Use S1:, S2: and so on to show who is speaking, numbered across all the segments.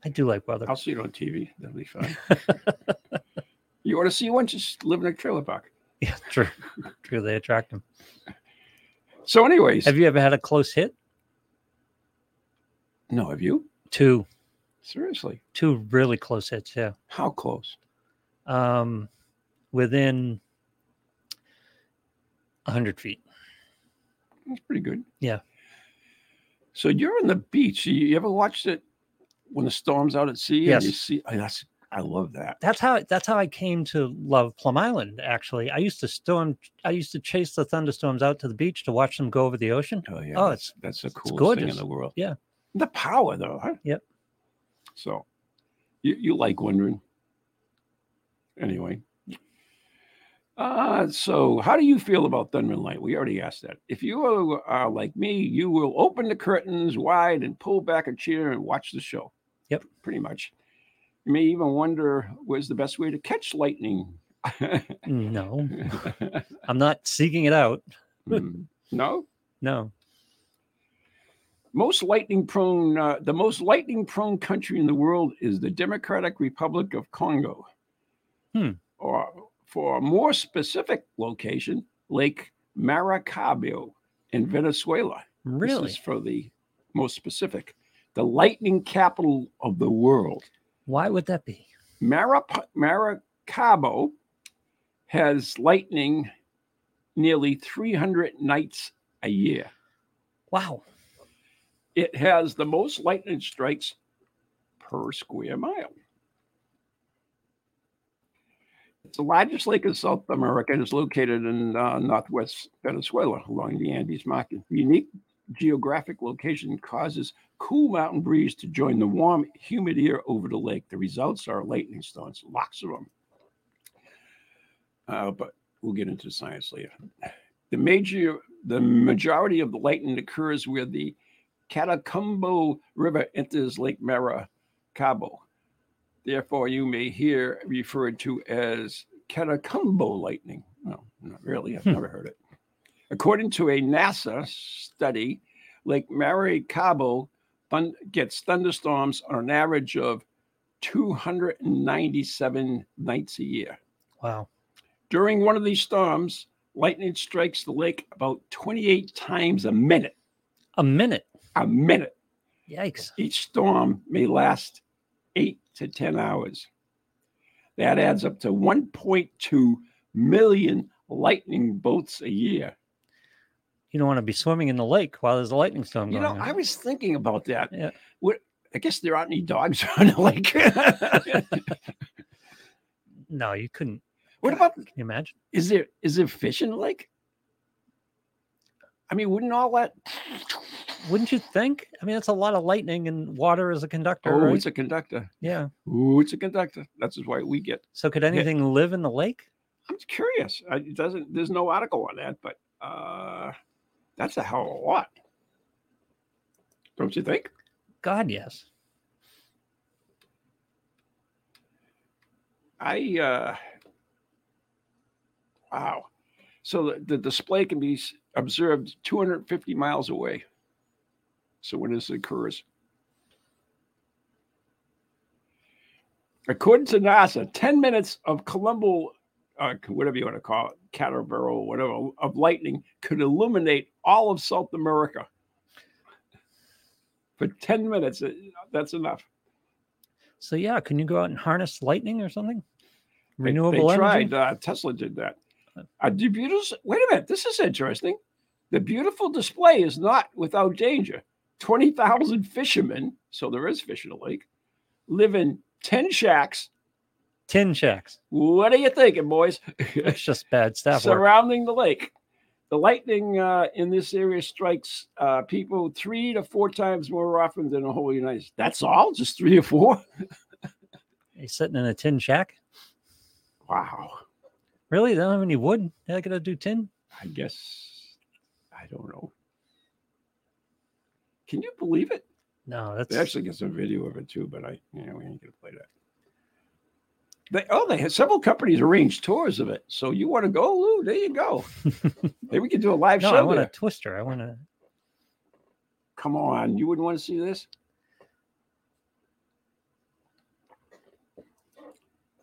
S1: I do like weather.
S2: I'll see it on TV. That'll be fun. you want to see one? Just live in a trailer park.
S1: Yeah, true. True. They attract them.
S2: So, anyways,
S1: Have you ever had a close hit?
S2: no, have you?
S1: Two.
S2: Seriously?
S1: Two really close hits, yeah.
S2: How close?
S1: um, within 100 feet.
S2: That's pretty good.
S1: Yeah.
S2: So you're on the beach. You, you ever watched it when the storm's out at sea? and You
S1: Yes.
S2: see, I, that's I love that.
S1: That's how that's how I came to love Plum Island. Actually, I used to storm. I used to chase the thunderstorms out to the beach to watch them go over the ocean.
S2: Oh yeah.
S1: Oh,
S2: that's, that's the
S1: it's
S2: coolest thing in
S1: gorgeous.
S2: the world.
S1: Yeah.
S2: The power though, huh?
S1: Yep.
S2: So you, you like wondering. Anyway. Uh, so how do you feel about Thunder and Light? We already asked that. If you are, are like me, you will open the curtains wide and pull back a chair and watch the show.
S1: Yep.
S2: Pretty much. You may even wonder where's the best way to catch lightning. Hmm.
S1: No, I'm not seeking it out.
S2: Mm. no?
S1: No,
S2: Most lightning prone, uh, the most lightning prone country in the world is the Democratic Republic of Congo.
S1: Hmm.
S2: Or for a more specific location, Lake Maracaibo in Venezuela.
S1: Really?
S2: This is for the most specific. The lightning capital of the world.
S1: Why would that be?
S2: Marap- Maracaibo has lightning nearly 300 nights a year.
S1: Wow.
S2: It has the most lightning strikes per square mile. It's the largest lake in South America and is located in uh, northwest Venezuela along the Andes Mountain. Unique geographic location causes cool mountain breeze to join the warm, humid air over the lake. The results are lightning storms, lots of them. Uh, but we'll get into science later. The major, the majority of the lightning occurs where the Catacumbo River enters Lake Maracaibo. Therefore, you may hear referred to as Catacumbo lightning. No, not really. I've
S1: Hmm.
S2: never heard it. According to a NASA study, Lake Maracaibo thun- gets thunderstorms on an average of 297 nights a year.
S1: Wow.
S2: During one of these storms, lightning strikes the lake about 28 times a minute.
S1: A minute.
S2: A minute.
S1: Yikes.
S2: Each storm may last eight to 10 hours. That adds up to 1.2 million lightning bolts a year.
S1: You don't want to be swimming in the lake while there's a lightning storm
S2: You
S1: going
S2: know,
S1: on.
S2: I was thinking about that.
S1: Yeah.
S2: What, I guess there aren't any dogs on the lake.
S1: no, you couldn't.
S2: what about,
S1: Can you imagine?
S2: is there, is there fish in the lake? I mean, wouldn't all that,
S1: Wouldn't you think? I mean, that's a lot of lightning and water as a conductor.
S2: oh,
S1: right?
S2: it's a conductor.
S1: yeah.
S2: Ooh, it's a conductor. That's why we get
S1: So could anything live in the lake?
S2: I'm just curious. I, it doesn't. There's no article on that, but uh, that's a hell of a lot, don't you think?
S1: God, yes.
S2: I uh, wow. So the, the display can be s- observed 250 miles away. So when this occurs, according to NASA, 10 minutes of Colombo, uh, whatever you want to call it, Catabaro, whatever, of lightning could illuminate all of South America. For 10 minutes, uh, that's enough.
S1: So yeah, can you go out and harness lightning or something?
S2: They-
S1: Renewable
S2: they
S1: energy.
S2: tried uh, tesla did that uh, the beautiful, wait a minute this is interesting the beautiful display is not without danger 20000 fishermen so there is fish in the lake live in 10 shacks
S1: Tin shacks.
S2: what are you thinking boys
S1: It's just bad stuff. work.
S2: surrounding the lake the lightning uh, in this area strikes uh, people three to four times more often than the whole united states that's all just three or four
S1: He's sitting in a tin shack.
S2: wow
S1: Really? They don't have any wood. They're gonna do tin.
S2: I guess I don't know. Can you believe it?
S1: No,
S2: They
S1: that's
S2: actually get some video of it too, but I you know we ain't gonna play that. They oh they had several companies arranged tours of it. So you want to go, Lou? There you go. Maybe we can do a live
S1: no. I
S2: show
S1: want a
S2: there.
S1: twister. I want to.
S2: Come on, you wouldn't want to see this.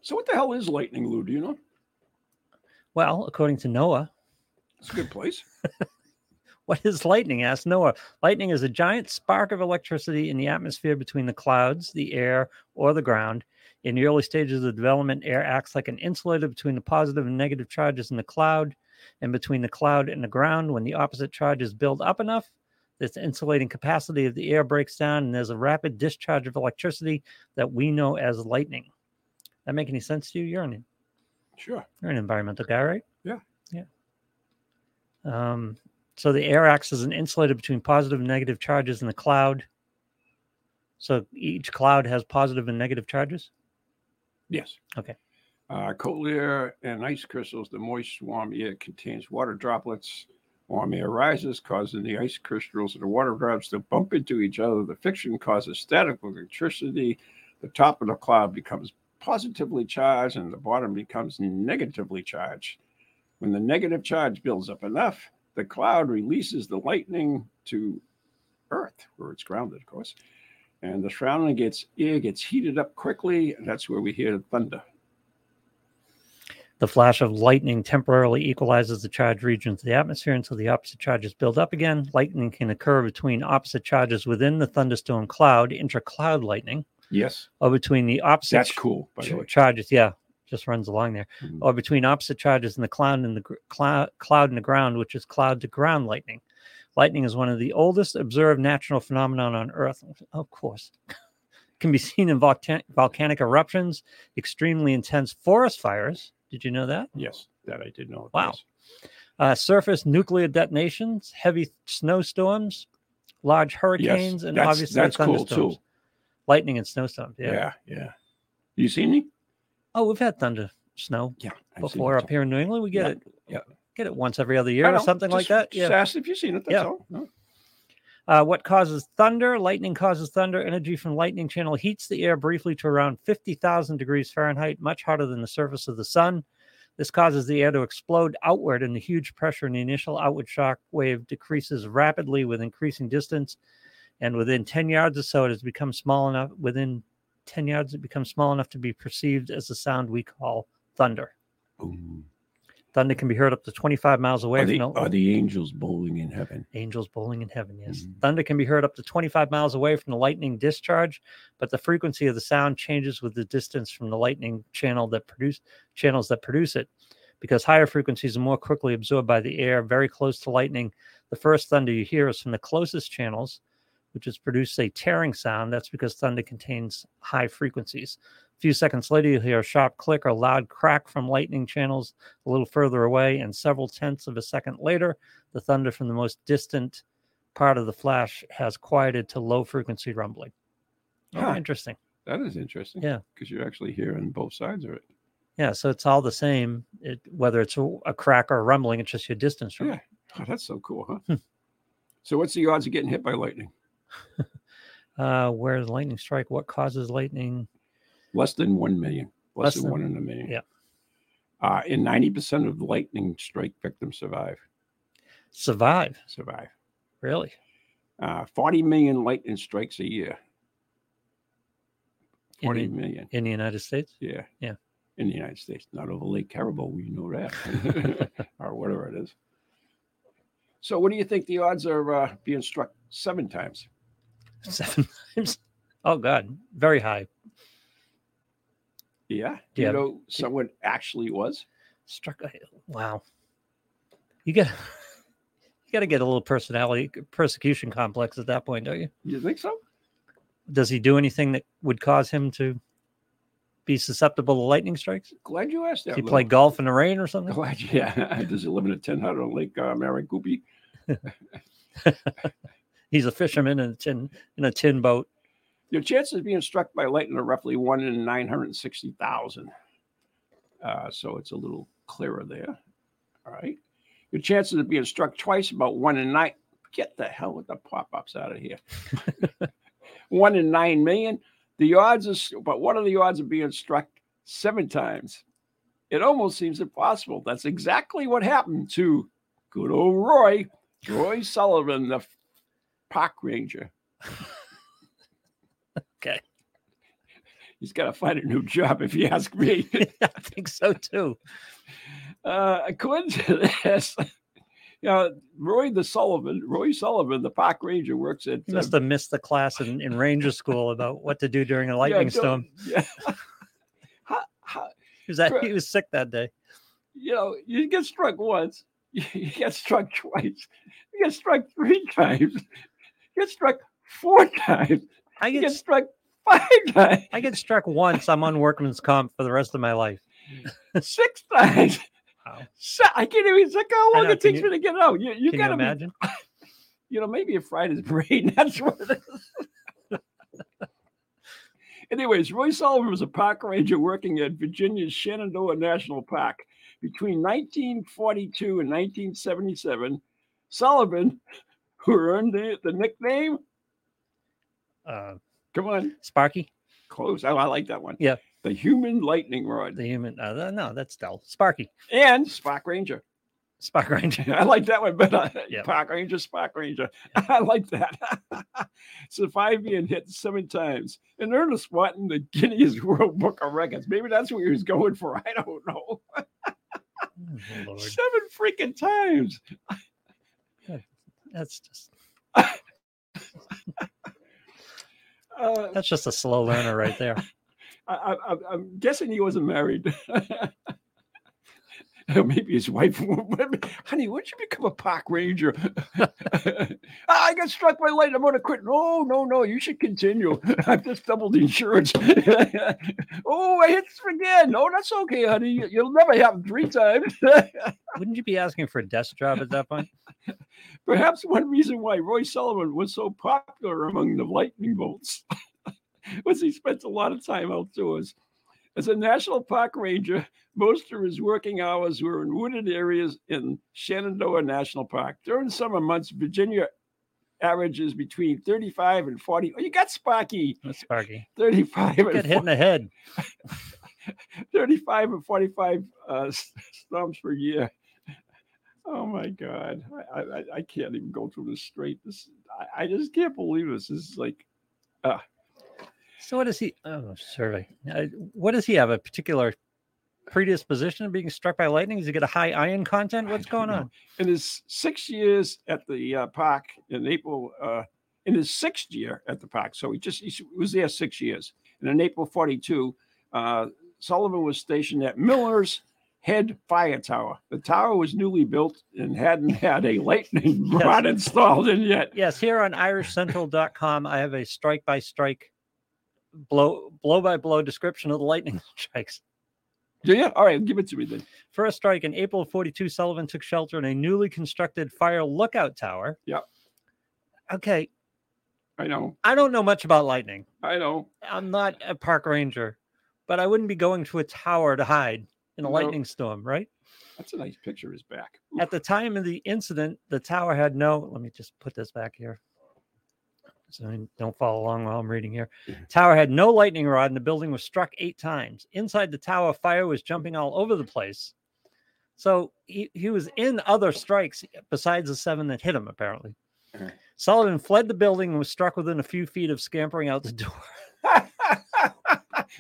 S2: So what the hell is lightning, Lou? Do you know?
S1: Well, according to Noah,
S2: It's a good place.
S1: What is lightning? asked Noah. Lightning is a giant spark of electricity in the atmosphere between the clouds, the air, or the ground. In the early stages of development, air acts like an insulator between the positive and negative charges in the cloud and between the cloud and the ground. When the opposite charges build up enough, this insulating capacity of the air breaks down and there's a rapid discharge of electricity that we know as lightning. That make any sense to you? You're an
S2: Sure.
S1: you're an environmental guy, right?
S2: Yeah.
S1: Yeah. Um, so the air acts as an insulator between positive and negative charges in the cloud. So each cloud has positive and negative charges.
S2: Yes.
S1: Okay.
S2: Uh, cold air and ice crystals, the moist, warm air contains water droplets. Warm air rises, causing the ice crystals and the water drops to bump into each other. The friction causes static electricity. The top of the cloud becomes positively charged and the bottom becomes negatively charged. When the negative charge builds up enough, the cloud releases the lightning to Earth, where it's grounded, of course. And the surrounding gets air gets heated up quickly, and that's where we hear thunder.
S1: The flash of lightning temporarily equalizes the charged regions of the atmosphere until the opposite charges build up again. Lightning can occur between opposite charges within the thunderstorm cloud, intra-cloud lightning,
S2: Yes,
S1: or between the opposite
S2: that's cool. By the
S1: ch-
S2: way,
S1: charges. Yeah, just runs along there,
S2: Mhm.
S1: or between opposite charges in the cloud and the gr- cloud, cloud and the ground, which is cloud to ground lightning. Lightning is one of the oldest observed natural phenomenon on Earth. Of course, can be seen in volcan- volcanic eruptions, extremely intense forest fires. Did you know that?
S2: yes, that I did know. of
S1: Wow.
S2: course.
S1: uh, surface nuclear detonations, heavy snowstorms, large hurricanes, and
S2: that's-
S1: obviously
S2: that's cool,
S1: thunderstorms.
S2: too.
S1: Lightning and snowstorms. Yeah.
S2: Yeah, yeah. You seen me?
S1: Oh, we've had thunder, snow
S2: Yeah, I've seen
S1: before
S2: it.
S1: up here in New England. We get
S2: Yeah,
S1: it.
S2: yeah.
S1: Get it once every other
S2: I
S1: year or
S2: know,
S1: something like
S2: just-
S1: that.
S2: Just
S1: Yeah.
S2: asked if you seen it. That's
S1: Yeah.
S2: all. No.
S1: Uh, what causes thunder? Lightning causes thunder. Energy from lightning channel heats the air briefly to around 50,000 degrees Fahrenheit, much hotter than the surface of the sun. This causes the air to explode outward, and the huge pressure in the initial outward shock wave decreases rapidly with increasing distance. And within 10 yards or so, it has become small enough. Within 10 yards, it becomes small enough to be perceived as the sound we call thunder.
S2: Boom.
S1: Thunder can be heard up to 25 miles away
S2: Are the,
S1: from the
S2: are the angels bowling in heaven?
S1: Angels bowling in heaven, yes.
S2: Mhm.
S1: Thunder can be heard up to 25 miles away from the lightning discharge, but the frequency of the sound changes with the distance from the lightning channel that produce channels that produce it. Because higher frequencies are more quickly absorbed by the air very close to lightning, the first thunder you hear is from the closest channels, which is produced a tearing sound. That's because thunder contains high frequencies. A few seconds later, you'll hear a sharp click or loud crack from lightning channels a little further away, and several tenths of a second later, the thunder from the most distant part of the flash has quieted to low frequency rumbling. Oh,
S2: Huh.
S1: Interesting.
S2: That is interesting.
S1: Yeah.
S2: Because you're actually hearing both sides of it.
S1: Yeah, so it's all the same, it, whether it's a, a crack or a rumbling, it's just your distance from
S2: Yeah.
S1: it.
S2: Oh, that's so cool, huh? so, what's the odds of getting hit by lightning?
S1: Uh, where does lightning strike? What causes lightning?
S2: Less than 1 million. Less,
S1: Less
S2: than,
S1: than-
S2: 1 in a million.
S1: yeah.
S2: Uh, and 90% of lightning strike victims survive.
S1: Survive,
S2: Survive.
S1: really?
S2: Uh, 40 million lightning strikes a year.
S1: In,
S2: 40
S1: the-
S2: million.
S1: in the United States?
S2: Yeah.
S1: Yeah.
S2: In the United States, not over Lake Caribou, we know that, or whatever it is. So, what do you think the odds are uh, being struck seven times?
S1: Seven times? Oh, God, very high.
S2: Yeah. Do you
S1: Yeah.
S2: know someone actually was?
S1: Struck, wow. You got you got to get a little personality persecution complex at that point, don't you?
S2: You think so?
S1: Does he do anything that would cause him to be susceptible to lightning strikes?
S2: Glad you asked that.
S1: Does he
S2: Lou.
S1: play golf in the rain or something?
S2: Glad, yeah. Does he live in a tin hut on Lake uh, Marigoupi?
S1: He's a fisherman in a tin in a tin boat.
S2: Your chances of being struck by lightning are roughly one in 960,000. Uh, so it's a little clearer there. All right. Your chances of being struck twice, about one in nine. Get the hell with the pop ups out of here. one in nine million. The odds is, but what are the odds of being struck seven times? It almost seems impossible. That's exactly what happened to good old Roy, Roy Sullivan, the park ranger.
S1: Okay.
S2: He's got to find a new job, if you ask me.
S1: I think so too.
S2: Uh, according to this, you know, Roy the Sullivan, Roy Sullivan, the park ranger, works at
S1: He
S2: uh,
S1: must have missed the class in, in Ranger School about what to do during a lightning
S2: don't-
S1: storm.
S2: Yeah. How- how-
S1: He was, that,
S2: Correct.
S1: he was sick that day.
S2: you know, you get struck once, you get struck twice, you get struck three times, you get struck four times,
S1: I
S2: you
S1: get
S2: get struck five times,
S1: I get struck once. I'm on workman's comp for the rest of my life.
S2: six times.
S1: Wow.
S2: Se- I can't even. It's like how
S1: I
S2: long
S1: know,
S2: it
S1: can
S2: takes
S1: you-
S2: me to get out. You, you
S1: Can you
S2: gotta be
S1: imagine?
S2: you know, maybe it fried his brain. That's what it is. Anyways, Roy Sullivan was a park ranger working at Virginia's Shenandoah National Park. Between 1942 and 1977, Sullivan, who earned the, the nickname,
S1: Uh,
S2: come on,
S1: Sparky,
S2: close. Oh, I like that one.
S1: Yeah.
S2: The Human Lightning Rod
S1: the human. Uh, no, that's Dell. Sparky,
S2: and Spark Ranger.
S1: Spark Ranger.
S2: I like that one better.
S1: Yep.
S2: Park Ranger, Spark Ranger. I like that. Survived being hit seven times and earned a spot in the Guinness World Book of Records. Maybe that's what he was going for. I don't know.
S1: Oh, Lord.
S2: Seven freaking times.
S1: That's just
S2: Uh,
S1: that's just a slow learner right there.
S2: I, I, I'm- I'm guessing he wasn't married. Or Maybe his wife, honey, why don't you become a park ranger? "Ah, I got struck by lightning. I'm going to quit. No, no, no. You should continue. I've just doubled the insurance. oh, I hit this again. No, that's okay, honey. you- You'll never happen three times.
S1: Wouldn't you be asking for a desk job at that point?
S2: Perhaps one reason why Roy Sullivan was so popular among the lightning bolts was he spent a lot of time outdoors. As a national park ranger, most of his working hours were in wooded areas in Shenandoah National Park. During summer months, Virginia averages between 35 and 40. Oh, you got Sparky,
S1: That's Sparky.
S2: 35
S1: Get
S2: and
S1: hit in the head.
S2: 35 and 45 uh, s- stumps per year. Oh my God. I, I, I- I can't even go through this straight. This I, I just can't believe this. This is like,
S1: So what does he? Oh, survey. Uh, what does he have? A particular predisposition to being struck by lightning? Does he get a high iron content?
S2: I
S1: What's
S2: don't
S1: going
S2: know.
S1: on?
S2: in his six years at the uh, park in April, uh, in his sixth year at the park, so he just he s- was there six years. And in April 42, uh, Sullivan was stationed at Miller's Head Fire Tower. The tower was newly built and hadn't had a lightning
S1: Yes.
S2: rod installed in yet.
S1: Yes, here on IrishCentral.com, I have a strike by strike, blow blow by blow description of the lightning strikes.
S2: Do you? All right, give it to me then.
S1: First strike in April of 42, Sullivan took shelter in a newly constructed fire lookout tower.
S2: Yep.
S1: Okay.
S2: I know.
S1: I don't know much about lightning.
S2: I know.
S1: I'm not a park ranger, but I wouldn't be going to a tower to hide in a
S2: No.
S1: lightning storm, right?
S2: That's a nice picture of his back.
S1: At the time of the incident, the tower had no. Let me just put this back here. So I don't follow along while I'm reading here. Tower had no lightning rod, and the building was struck eight times. Inside the tower, fire was jumping all over the place. So he, he was in other strikes besides the seven that hit him, apparently.
S2: Okay.
S1: Sullivan fled the building and was struck within a few feet of scampering out the door.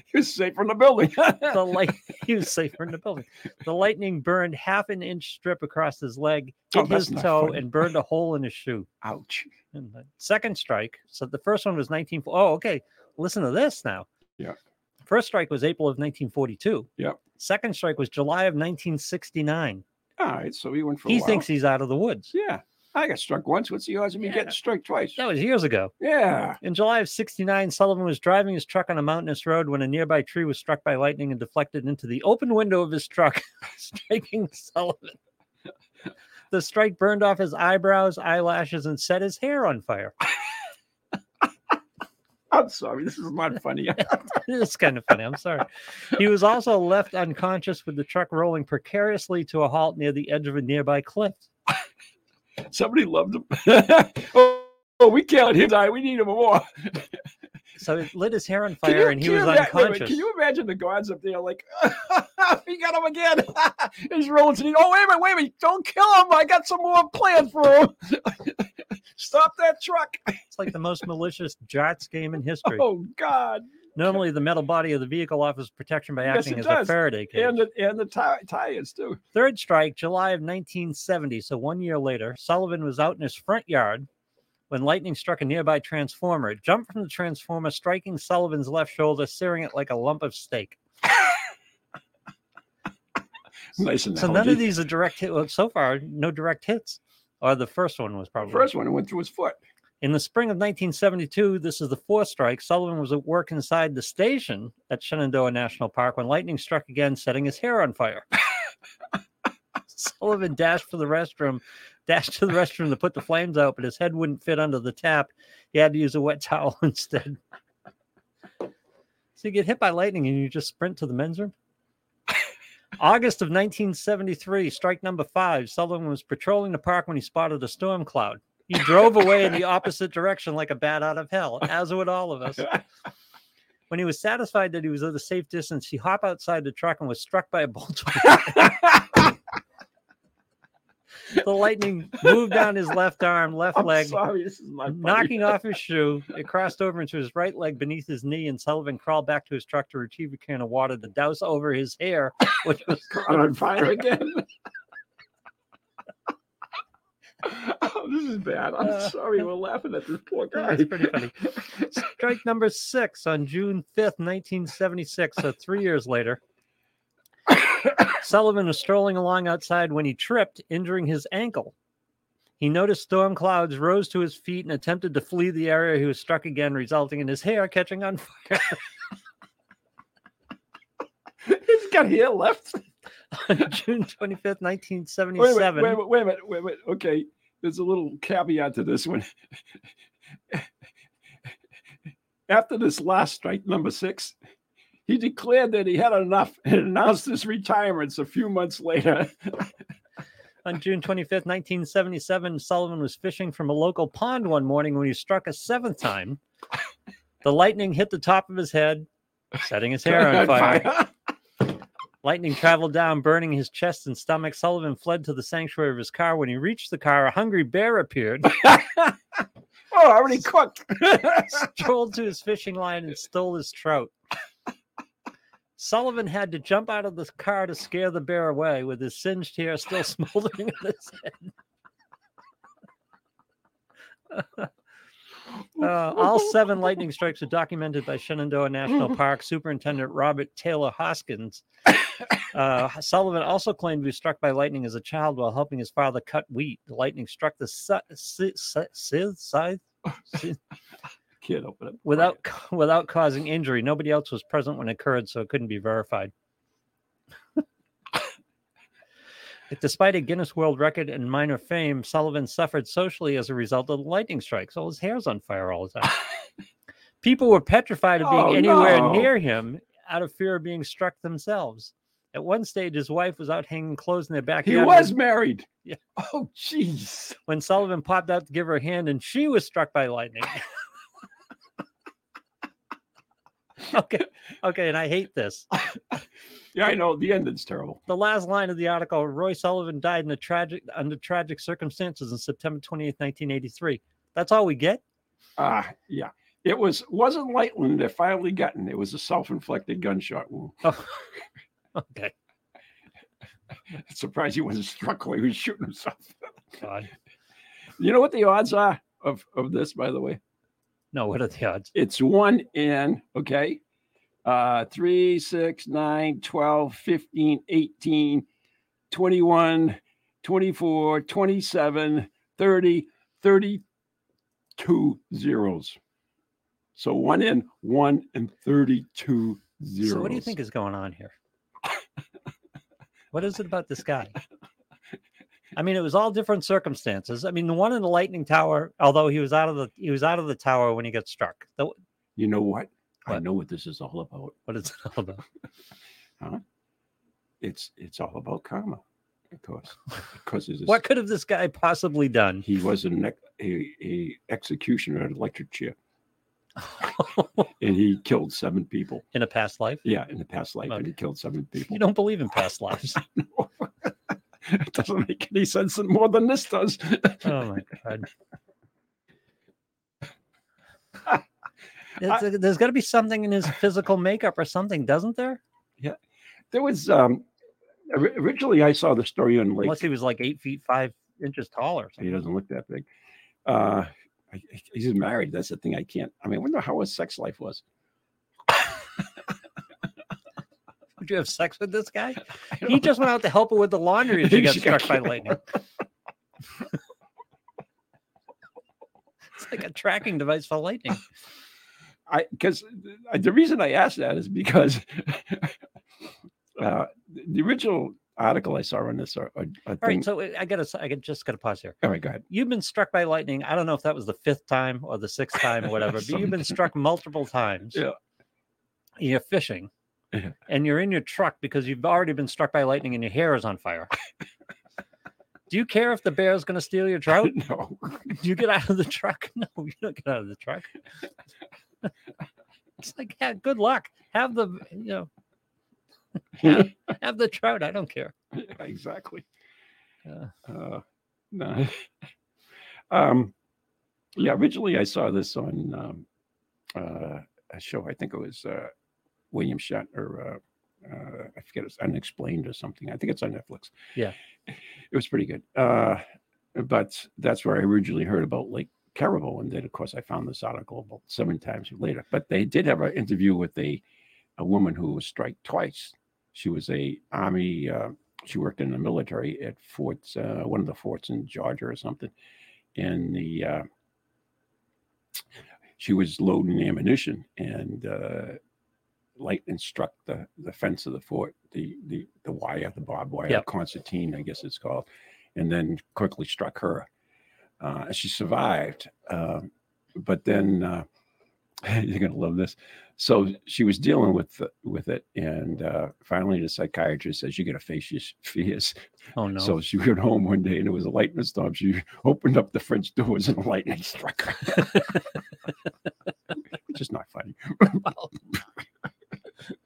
S2: he was safe from the building.
S1: the light he was safer in the building. The lightning burned half an inch strip across his leg,
S2: Oh,
S1: hit
S2: that's
S1: his
S2: not
S1: toe,
S2: funny.
S1: and burned a hole in his shoe.
S2: Ouch.
S1: And the second strike. So the first one was 19. Oh, okay. Listen to this now.
S2: Yeah.
S1: First strike was April of 1942.
S2: Yep.
S1: Second strike was July of 1969.
S2: All right, so he went for. a
S1: He
S2: while.
S1: thinks he's out of the woods.
S2: Yeah, I got struck once. What's the odds of me
S1: Yeah.
S2: getting struck twice?
S1: That was years ago.
S2: Yeah.
S1: In July of 69, Sullivan was driving his truck on a mountainous road when a nearby tree was struck by lightning and deflected into the open window of his truck, striking Sullivan. The strike burned off his eyebrows, eyelashes, and set his hair on fire.
S2: I'm sorry. This is not funny.
S1: it's kind of funny. I'm sorry. He was also left unconscious with the truck rolling precariously to a halt near the edge of a nearby cliff.
S2: Somebody loved him. oh, oh, we can't let him die. We need him more.
S1: So it lit his hair on
S2: Can
S1: fire
S2: you-
S1: and he
S2: can you
S1: was
S2: ima- wait a minute,
S1: unconscious.
S2: Can you imagine the guards up there like, we got him again? He's rolling to the, oh, wait a minute, wait a minute. Don't kill him. I got some more planned for him. Stop that truck.
S1: It's like the most malicious Jats game in history.
S2: Oh, God.
S1: Normally, the metal body of the vehicle offers protection by
S2: Yes,
S1: acting
S2: it
S1: as
S2: does.
S1: a Faraday cage.
S2: And the, and the ti- tires, too.
S1: Third strike, July of 1970. So one year later, Sullivan was out in his front yard when lightning struck a nearby transformer. It jumped from the transformer, striking Sullivan's left shoulder, searing it like a lump of steak.
S2: Nice
S1: So none of these are direct hit. Well, so far, no direct hits. Or the first one was probably.
S2: First one, it went through his foot.
S1: In the spring of 1972, this is the fourth strike. Sullivan was at work inside the station at Shenandoah National Park when lightning struck again, setting his hair on fire. Sullivan dashed for the restroom, dashed to the restroom to put the flames out, but his head wouldn't fit under the tap. He had to use a wet towel instead. So you get hit by lightning and you just sprint to the men's room. August of 1973, strike number five. Sullivan was patrolling the park when he spotted a storm cloud. He drove away in the opposite direction like a bat out of hell, as would all of us. When he was satisfied that he was at a safe distance, he hopped outside the truck and was struck by a bolt. The lightning moved down his left arm, left
S2: I'm
S1: leg,
S2: sorry, this is not funny.
S1: knocking off his shoe. It crossed over into his right leg beneath his knee, and Sullivan crawled back to his truck to retrieve a can of water to douse over his hair, which was
S2: caught on fire again. oh, this is bad. I'm
S1: Uh,
S2: sorry. We're laughing at this poor
S1: yeah,
S2: guy.
S1: it's pretty funny. strike number six on June 5th, 1976, so three years later. Sullivan was strolling along outside when he tripped, injuring his ankle. He noticed storm clouds, rose to his feet, and attempted to flee the area he was struck again, resulting in his hair catching on fire.
S2: He's got hair left.
S1: on June 25th,
S2: Wait a, minute,
S1: 1977.
S2: wait, a minute, wait a minute. Wait a minute. Okay. There's a little caveat to this one. After this last strike, number six, he declared that he had enough and announced his retirements a few months later.
S1: On June 25th, 1977, Sullivan was fishing from a local pond one morning when he struck a seventh time. The lightning hit the top of his head, setting his hair on fire. Lightning traveled down, burning his chest and stomach. Sullivan fled to the sanctuary of his car. When he reached the car, a hungry bear appeared,
S2: oh, I already cooked.
S1: strolled to his fishing line, and stole his trout. Sullivan had to jump out of the car to scare the bear away, with his singed hair still smoldering in his Uh, all seven lightning strikes are documented by Shenandoah National Park Superintendent Robert Taylor Hoskins. Uh, Sullivan also claimed he was struck by lightning as a child while helping his father cut wheat. The lightning struck the si- si- si- scythe, scythe Scythe?
S2: Kid, open up.
S1: without without causing injury. Nobody else was present when it occurred, so it couldn't be verified. Despite a Guinness World Record and minor fame, Sullivan suffered socially as a result of the lightning strikes. All his hair's on fire all the time. People were petrified of being
S2: Oh,
S1: anywhere
S2: no.
S1: near him out of fear of being struck themselves. At one stage, his wife was out hanging clothes in their
S2: He
S1: backyard. when-
S2: was married.
S1: Yeah.
S2: Oh, jeez.
S1: when Sullivan popped out to give her a hand and she was struck by lightning. okay. Okay. And I hate this.
S2: Yeah, I know. The ending's terrible.
S1: The last line of the article Roy Sullivan died in a tragic, under tragic circumstances on September 28th, 1983. That's all we get.
S2: Ah, yeah. It was wasn't Lightland that finally gotten. It was a self-inflicted gunshot wound.
S1: Oh, okay.
S2: Surprised he wasn't struck while he was shooting himself.
S1: God.
S2: You know what the odds are of, of this, by the way?
S1: No, what are the odds?
S2: It's one in, okay? Uh, 3, 6, 9, 12, 15, 18, 21, 24, 27, 30, 32 zeros. So one in, one and 32 zeros.
S1: So, what do you think is going on here? what is it about this guy? I mean, it was all different circumstances. I mean, the one in the lightning tower, although he was out of the he was out of the tower when he got struck. The,
S2: You know what? I
S1: What?
S2: know what this is all about.
S1: what is it all about?
S2: It's it's all about karma, of course. Because it's
S1: What could have this guy possibly done?
S2: he was an ex- a, a executioner at an electric chair, and he killed seven people.
S1: in a past life?
S2: Yeah, in the past life, and
S1: Okay.
S2: he killed seven people.
S1: You don't believe in past lives.
S2: it doesn't make any sense and more than this does.
S1: Oh my god. There's- uh, there's got to be something in his physical makeup or something, doesn't there?
S2: There was um, ori- originally I saw the story on Lake.
S1: Unless he was like eight feet five inches tall or something.
S2: He doesn't look that big. Uh, I- I- he's married. That's the thing. I can't. I mean, I wonder how his sex life was.
S1: Would you have sex with this guy?
S2: I
S1: He
S2: don't-
S1: just went out to help her with the laundry and she got
S2: She got
S1: struck by
S2: killed.
S1: lightning. it's like a tracking device for lightning.
S2: I because the reason I asked that is because uh, the the original article I saw on this or, or, or
S1: All
S2: thing.
S1: right, so uh, I I gotta, s- I got- just gotta pause here.
S2: all right, go ahead.
S1: You've been struck by lightning. I don't know if that was the fifth time or the sixth time or whatever, but you've been
S2: Something.
S1: struck multiple times.
S2: Yeah.
S1: You're fishing,
S2: Yeah.
S1: and you're in your truck because you've already been struck by lightning and your hair is on fire. Do you care if the bear is going to steal your trout?
S2: No,
S1: Do you get out of the truck? No, you don't get out of the truck. it's like, yeah, good luck. Have the, you know, have, have the trout. I don't care.
S2: exactly.
S1: Uh,
S2: Uh, No. um, yeah, originally I saw this on um, uh, a show. I think it was uh, William Shatner. Uh, uh, I forget it's Unexplained or something. I think it's on Netflix.
S1: Yeah.
S2: it was pretty good. Uh, but that's where I originally heard about Lake Caribou, and then of course I found this article about seven times later. But they did have an interview with a a woman who was striked twice. She was a army. Uh, she worked in the military at forts, uh, one of the forts in Georgia or something, and the. Uh, she was loading ammunition and uh, lightning struck the, the fence of the fort, the, the, the wire, the barbed wire,
S1: Yep.
S2: concertine, I guess it's called, and then quickly struck her. Uh, and she survived. Um, but then uh, you're going to love this. So she was dealing with the, with it. And uh, finally, the psychiatrist says, You got to face your sh- fears.
S1: Oh no.
S2: So she went home one day and it was a lightning storm. She opened up the French doors and lightning struck her. Which is not funny.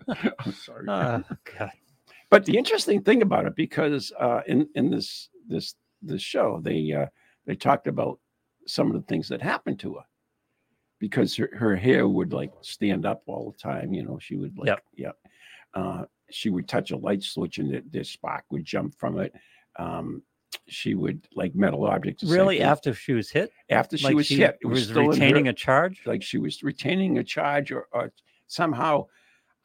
S2: I'm sorry.
S1: Ah, God.
S2: but the interesting thing about it, because uh, in in this this this show, they uh, they talked about some of the things that happened to her, because her, her hair would like stand up all the time. You know, she would like
S1: Yep.
S2: yeah, uh, she would touch a light switch and the, the spark would jump from it. Um, she would like metal objects. the same
S1: Really?
S2: thing.
S1: After she was hit?
S2: after she
S1: Like
S2: was hit, it was,
S1: was
S2: still in her-
S1: retaining a charge?
S2: like she was retaining a charge or, or somehow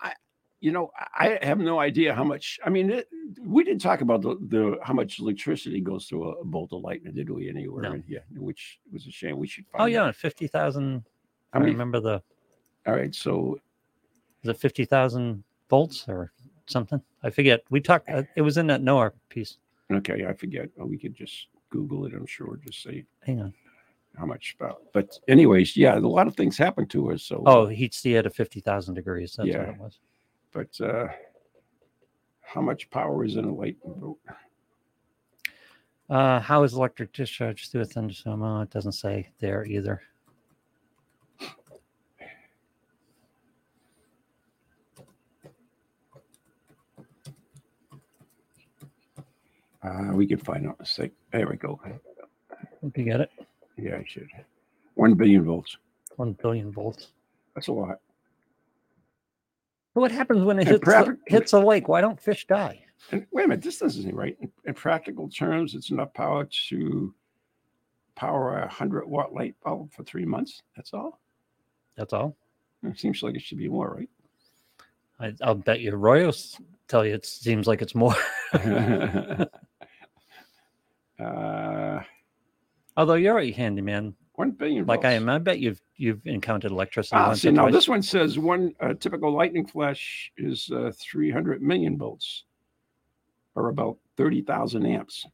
S2: i you know i I have no idea how much i mean it, we didn't talk about the, the how much electricity goes through a, bolt of lightning did we anywhere
S1: No.
S2: in here which was a shame we should find
S1: oh yeah,
S2: out.
S1: and fifty thousand. I,
S2: i mean
S1: remember the
S2: all right so
S1: was it fifty thousand volts or something? I forget. We talked. uh, It was in that Noah piece.
S2: okay i forget Oh, we could just google it i'm sure just see
S1: Hang on.
S2: how much about but anyways yeah a lot of things happened to her so
S1: Oh, heat sea at a fifty thousand degrees. That's what
S2: Yeah.
S1: it was.
S2: but uh how much power is in a lightning bolt
S1: Uh, how is electric discharge through a thunderstorm? Oh, it doesn't say there either.
S2: uh we could find out in a sec there we go
S1: Hope you get it.
S2: Yeah, I should. One billion volts.
S1: One billion volts.
S2: That's a lot.
S1: But what happens when it
S2: And
S1: hits the,
S2: proper-
S1: hits a lake? Why don't fish die?
S2: And wait a minute, this doesn't seem right. In, in practical terms, it's enough power to power a hundred watt light bulb for three months. That's all.
S1: That's all.
S2: It seems like it should be more, right?
S1: I, I'll bet you Royals tell you it seems like it's more.
S2: uh,
S1: Although you're a handyman,
S2: one billion.
S1: like I
S2: volts.
S1: am, I bet you've you've encountered electricity.
S2: Ah,
S1: once
S2: see,
S1: or
S2: now
S1: twice.
S2: this one says one uh, typical lightning flash is uh, 300 million volts or about 30,000 amps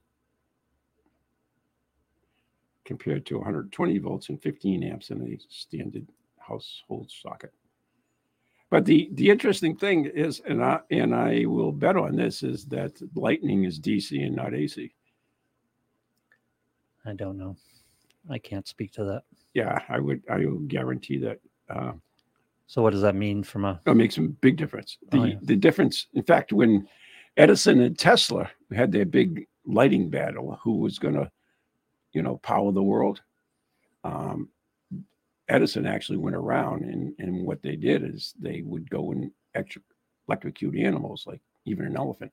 S2: compared to 120 volts and 15 amps in a standard household socket. But the, the interesting thing is, and I, and I will bet on this, is that lightning is DC and not AC.
S1: I don't know. I can't speak to that.
S2: Yeah, I would I will guarantee that uh,
S1: So what does that mean from a?
S2: It makes a big difference. The
S1: Oh, yeah.
S2: the difference, in fact, when Edison and Tesla had their big lighting battle, who was going to, you know, power the world? Um, Edison actually went around, and and what they did is they would go and electro- electrocute animals, like even an elephant,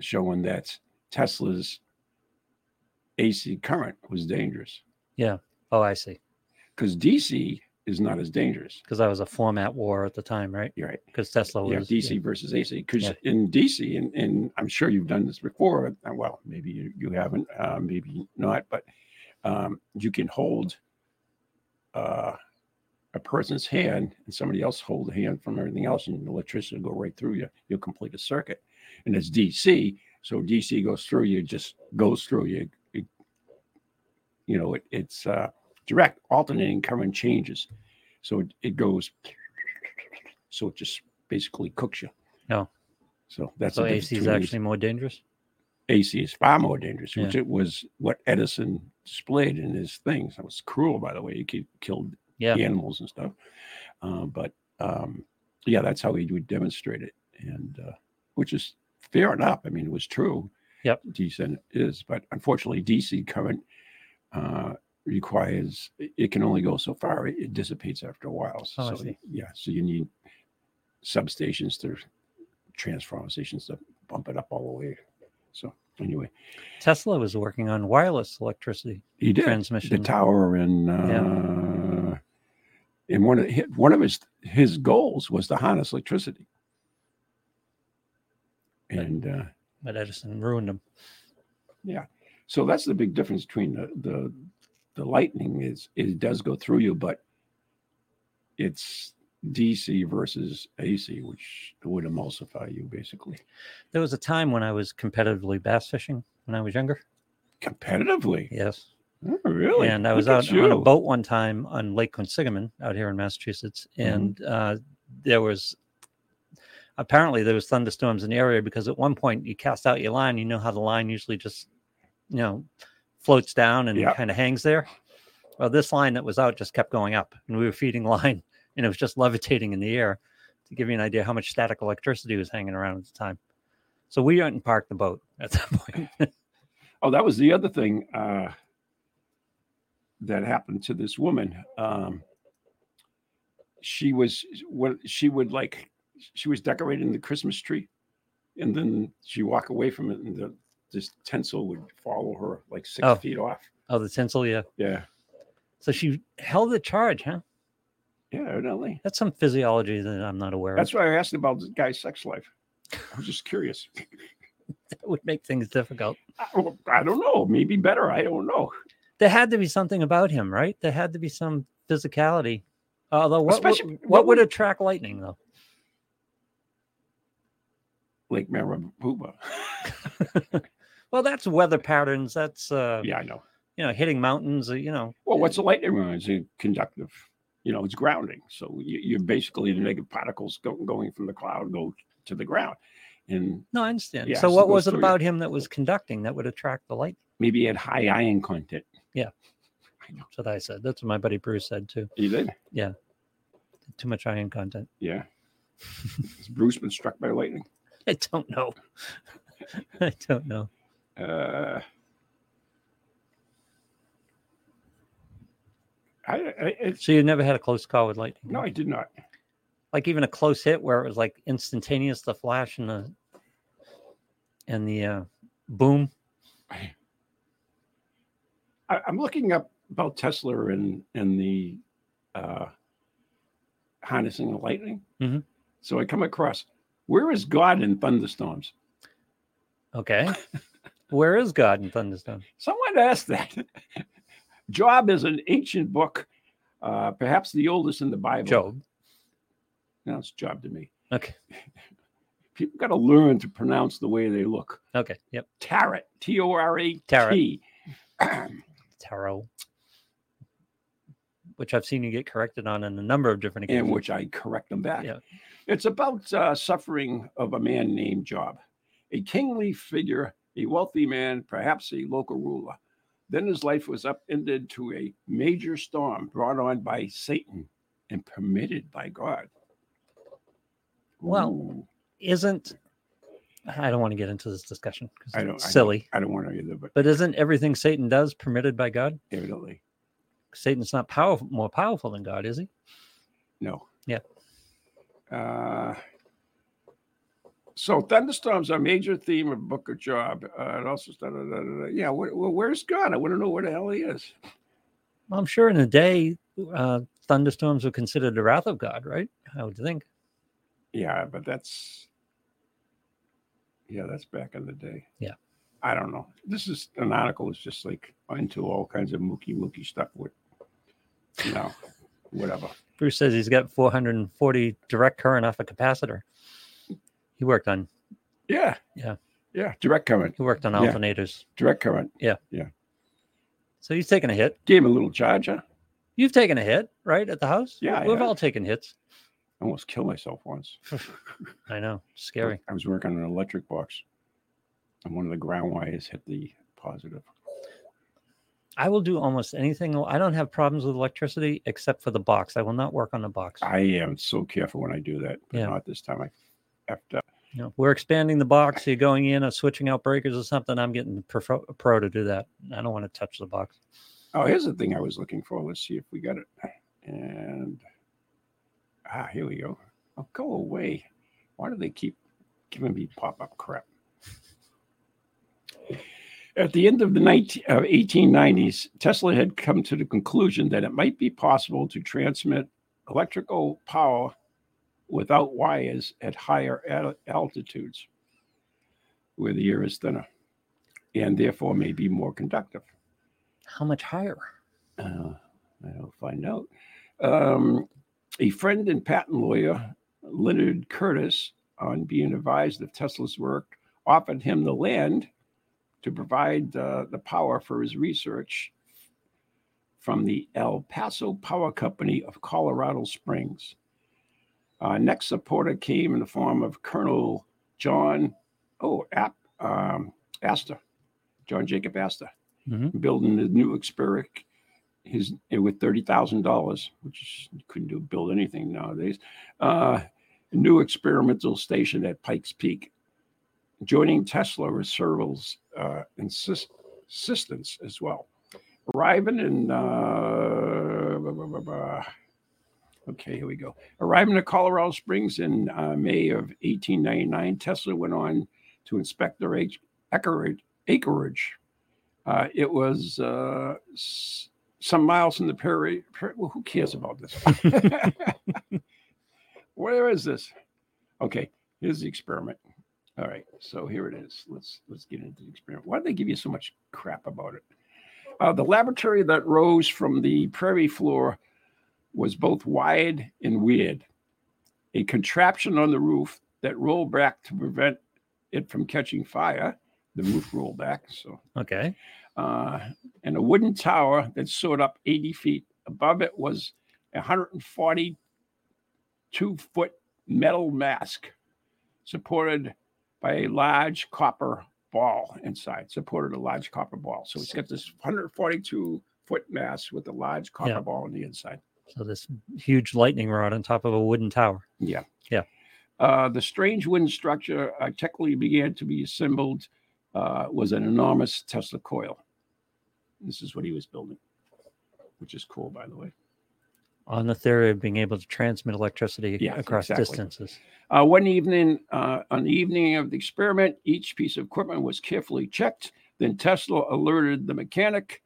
S2: showing that Tesla's AC current was dangerous
S1: Oh, I see.
S2: because DC is not as dangerous.
S1: Because I was a format war at the time, right?
S2: You're right.
S1: Because Tesla
S2: yeah,
S1: was
S2: DC versus AC. Because
S1: Yeah.
S2: in DC, and, and I'm sure you've done this before. uh, Well, maybe you, you haven't, uh, maybe not, but um, you can hold uh, a person's hand and somebody else hold the hand from everything else, and electricity will go right through you. You'll complete a circuit. And it's DC. So DC goes through you, just goes through you. It- you know, it, it's uh, direct alternating current changes. So it, it goes, so it just basically cooks you.
S1: Oh.
S2: So that's
S1: So
S2: the difference
S1: AC is
S2: between
S1: actually more dangerous.
S2: AC is far more dangerous, which it was what Edison displayed in his things. That was cruel, by the way. He ki- killed
S1: Yeah.
S2: animals and stuff. Uh, but um, yeah, that's how he would demonstrate it, and uh, which is fair enough. I mean, it was true.
S1: Yep.
S2: decent is. But unfortunately, DC current uh, requires it can only go so far. It, it dissipates after a while.
S1: Oh, I
S2: so
S1: see.
S2: yeah, so you need substations to transformer stations to bump it up all the way. So anyway,
S1: Tesla was working on wireless electricity
S2: he did the
S1: transmission.
S2: tower and uh, and one of hi- one of his his goals was to harness electricity. And uh,
S1: but Edison ruined them.
S2: so that's the big difference between the the, the lightning is it does go through you, but it's DC versus AC, which would emulsify you basically
S1: There was a time when I was competitively bass fishing when I was younger.
S2: competitively.
S1: Yes.
S2: Oh, really?
S1: And I was
S2: Look
S1: out
S2: at
S1: on a
S2: you.
S1: boat one time on Lake Quinsigamon out here in Massachusetts,
S2: Mm-hmm.
S1: and uh, there was apparently there was thunderstorms in the area because at one point you cast out your line, you know how the line usually just you know floats down and
S2: Yep.
S1: kind of hangs there. Well, this line that was out just kept going up, and we were feeding line, and it was just levitating in the air. To give you an idea how much static electricity was hanging around at the time, so we went and parked the boat at that point.
S2: Oh, that was the other thing uh, that happened to this woman. Um, she was when she would like she was decorating the Christmas tree, and then she walk away from it, and the this tinsel would follow her like six
S1: Oh.
S2: feet off.
S1: oh, the tinsel, yeah.
S2: Yeah,
S1: So she held the charge, huh?
S2: yeah, evidently.
S1: That's some physiology that I'm not aware
S2: That's
S1: of.
S2: why I asked about the guy's sex life. I was just curious.
S1: That would make things difficult.
S2: I, well, I don't know. Maybe better. I don't know.
S1: There had to be something about him, right? There had to be some physicality. Although, what, would-
S2: Especially-
S1: what,
S2: what
S1: would
S2: would-
S1: attract lightning, though?
S2: Lake Maripuba.
S1: Well, that's weather patterns. That's, uh,
S2: yeah, I know.
S1: you know, hitting mountains, uh, you know.
S2: Well, what's a lightning rod? It's a conductive, you know, it's grounding. So you, you're basically the negative particles go, going from the cloud go to the ground. And
S1: No, I understand.
S2: Yeah, so
S1: so,
S2: it
S1: what
S2: goes
S1: was it
S2: through you.
S1: about him that was conducting that would attract the lightning?
S2: maybe it had high iron content.
S1: That's what I said. That's what my buddy Bruce said, too.
S2: You did?
S1: Too much iron content.
S2: Yeah. Has Bruce been struck by lightning?
S1: I don't know. I don't know.
S2: Uh, I, I it's,
S1: So, you never had a close call with lightning?
S2: no, I did not.
S1: like even a close hit where it was like instantaneous the flash and the and the uh, boom
S2: I, I'm looking up about Tesla and and the uh, harnessing of lightning.
S1: Mhm.
S2: So I come across where is God in thunderstorms?
S1: okay where is god in thunderstorm
S2: Someone asked that. Job is an ancient book, uh, perhaps the oldest in the Bible.
S1: job
S2: No, it's Job to me.
S1: okay
S2: People got to learn to pronounce the way they look.
S1: okay yep
S2: Tarot, T O R A T.
S1: Tarot. tarot which i've seen you get corrected on in a number of different occasions
S2: in which I correct them back.
S1: Yeah.
S2: It's about uh, suffering of a man named Job, a kingly figure, a wealthy man, perhaps a local ruler. Then his life was upended to a major storm brought on by Satan and permitted by God.
S1: Well,
S2: Ooh,
S1: isn't i don't want to get into this discussion
S2: I
S1: because
S2: don't-
S1: it's silly
S2: I don't want to either, but
S1: but isn't everything satan does permitted by god
S2: evidently,
S1: satan's not powerful more powerful than god is he
S2: no.
S1: Yeah.
S2: Uh, so thunderstorms are a major theme of Book of Job. Uh, it also, da, da, da, da, da. yeah. Where, where- where's God? I want to know where the hell he is.
S1: Well, I'm sure in a day, uh, thunderstorms were considered the wrath of God, right? I would think.
S2: Yeah, but that's yeah, that's back in the day.
S1: Yeah.
S2: I don't know. This is an article is just like into all kinds of mookie mookie stuff with you know, whatever.
S1: Bruce says he's got 440 direct current off a capacitor. He worked on
S2: Yeah.
S1: Yeah.
S2: Yeah. Direct current.
S1: he worked on
S2: Yeah.
S1: alternators,
S2: Direct current.
S1: so he's taken a hit.
S2: Gave him a little charger.
S1: You've taken a hit, right, at the house?
S2: Yeah, I
S1: we've
S2: have.
S1: all taken hits.
S2: Almost killed myself once.
S1: I know, scary.
S2: I was working on an electric box and one of the ground wires hit the positive.
S1: I will do almost anything. I don't have problems with electricity except for the
S2: Ah.
S1: box. I will not work on the box.
S2: I am so careful when I do that, but
S1: Yeah.
S2: not this time. I effed up.
S1: You know, we're expanding the box. You're going in or switching out breakers or something. I'm getting the pro, pro to do that. I don't want to touch the box.
S2: Oh, here's the thing I was looking for. Let's see if we got it. And ah, here we go. Oh, go away. Why do they keep giving me pop up crap? At the end of the 19, uh, 1890s, Tesla had come to the conclusion that it might be possible to transmit electrical power without wires at higher al- altitudes where the air is thinner and therefore may be more conductive.
S1: How much higher?
S2: Uh, I'll find out. Um, a friend and patent lawyer, Leonard Curtis, on being advised of Tesla's work, offered him the land to provide uh, the power for his research from the El Paso Power Company of Colorado Springs. Uh, next supporter came in the form of Colonel John, oh, App, um, Astor, John Jacob Astor,
S1: Mhm.
S2: building the new Xperic his, eh, with $30,000, which you couldn't do, build anything nowadays. Uh, new experimental station at Pikes Peak. Joining Tesla with Searle's uh, insist- assistance as well. Arriving in, uh, blah, blah, blah, blah. okay, here we go. Arriving at Colorado Springs in uh, May of 1899, Tesla went on to inspect their ac- acreage. acreage. Uh, it was uh, s- some miles from the prairie. pra- well, who cares about this? Where is this? Okay, here's the experiment. All right, so here it is. Let's let's get into the experiment. Why did they give you so much crap about it? Uh, the laboratory that rose from the prairie floor was both wide and weird. A contraption on the roof that rolled back to prevent it from catching fire. The roof rolled back, so
S1: Okay.
S2: uh, and a wooden tower that soared up 80 feet. Above it was a 142 foot metal mask supported by a large copper ball inside, supported a large copper ball. So it's got this 142 foot mask with a large copper
S1: Yeah.
S2: ball on the inside.
S1: So this huge lightning rod on top of a wooden tower.
S2: Yeah.
S1: Yeah.
S2: Uh, the strange wooden structure uh, technically began to be assembled uh, was an enormous Tesla coil. This is what he was building, which is cool, by the way.
S1: On the theory of being able to transmit electricity
S2: Yeah,
S1: across
S2: exactly.
S1: distances.
S2: Uh, one evening, uh, on the evening of the experiment, each piece of equipment was carefully checked. Then Tesla alerted the mechanic,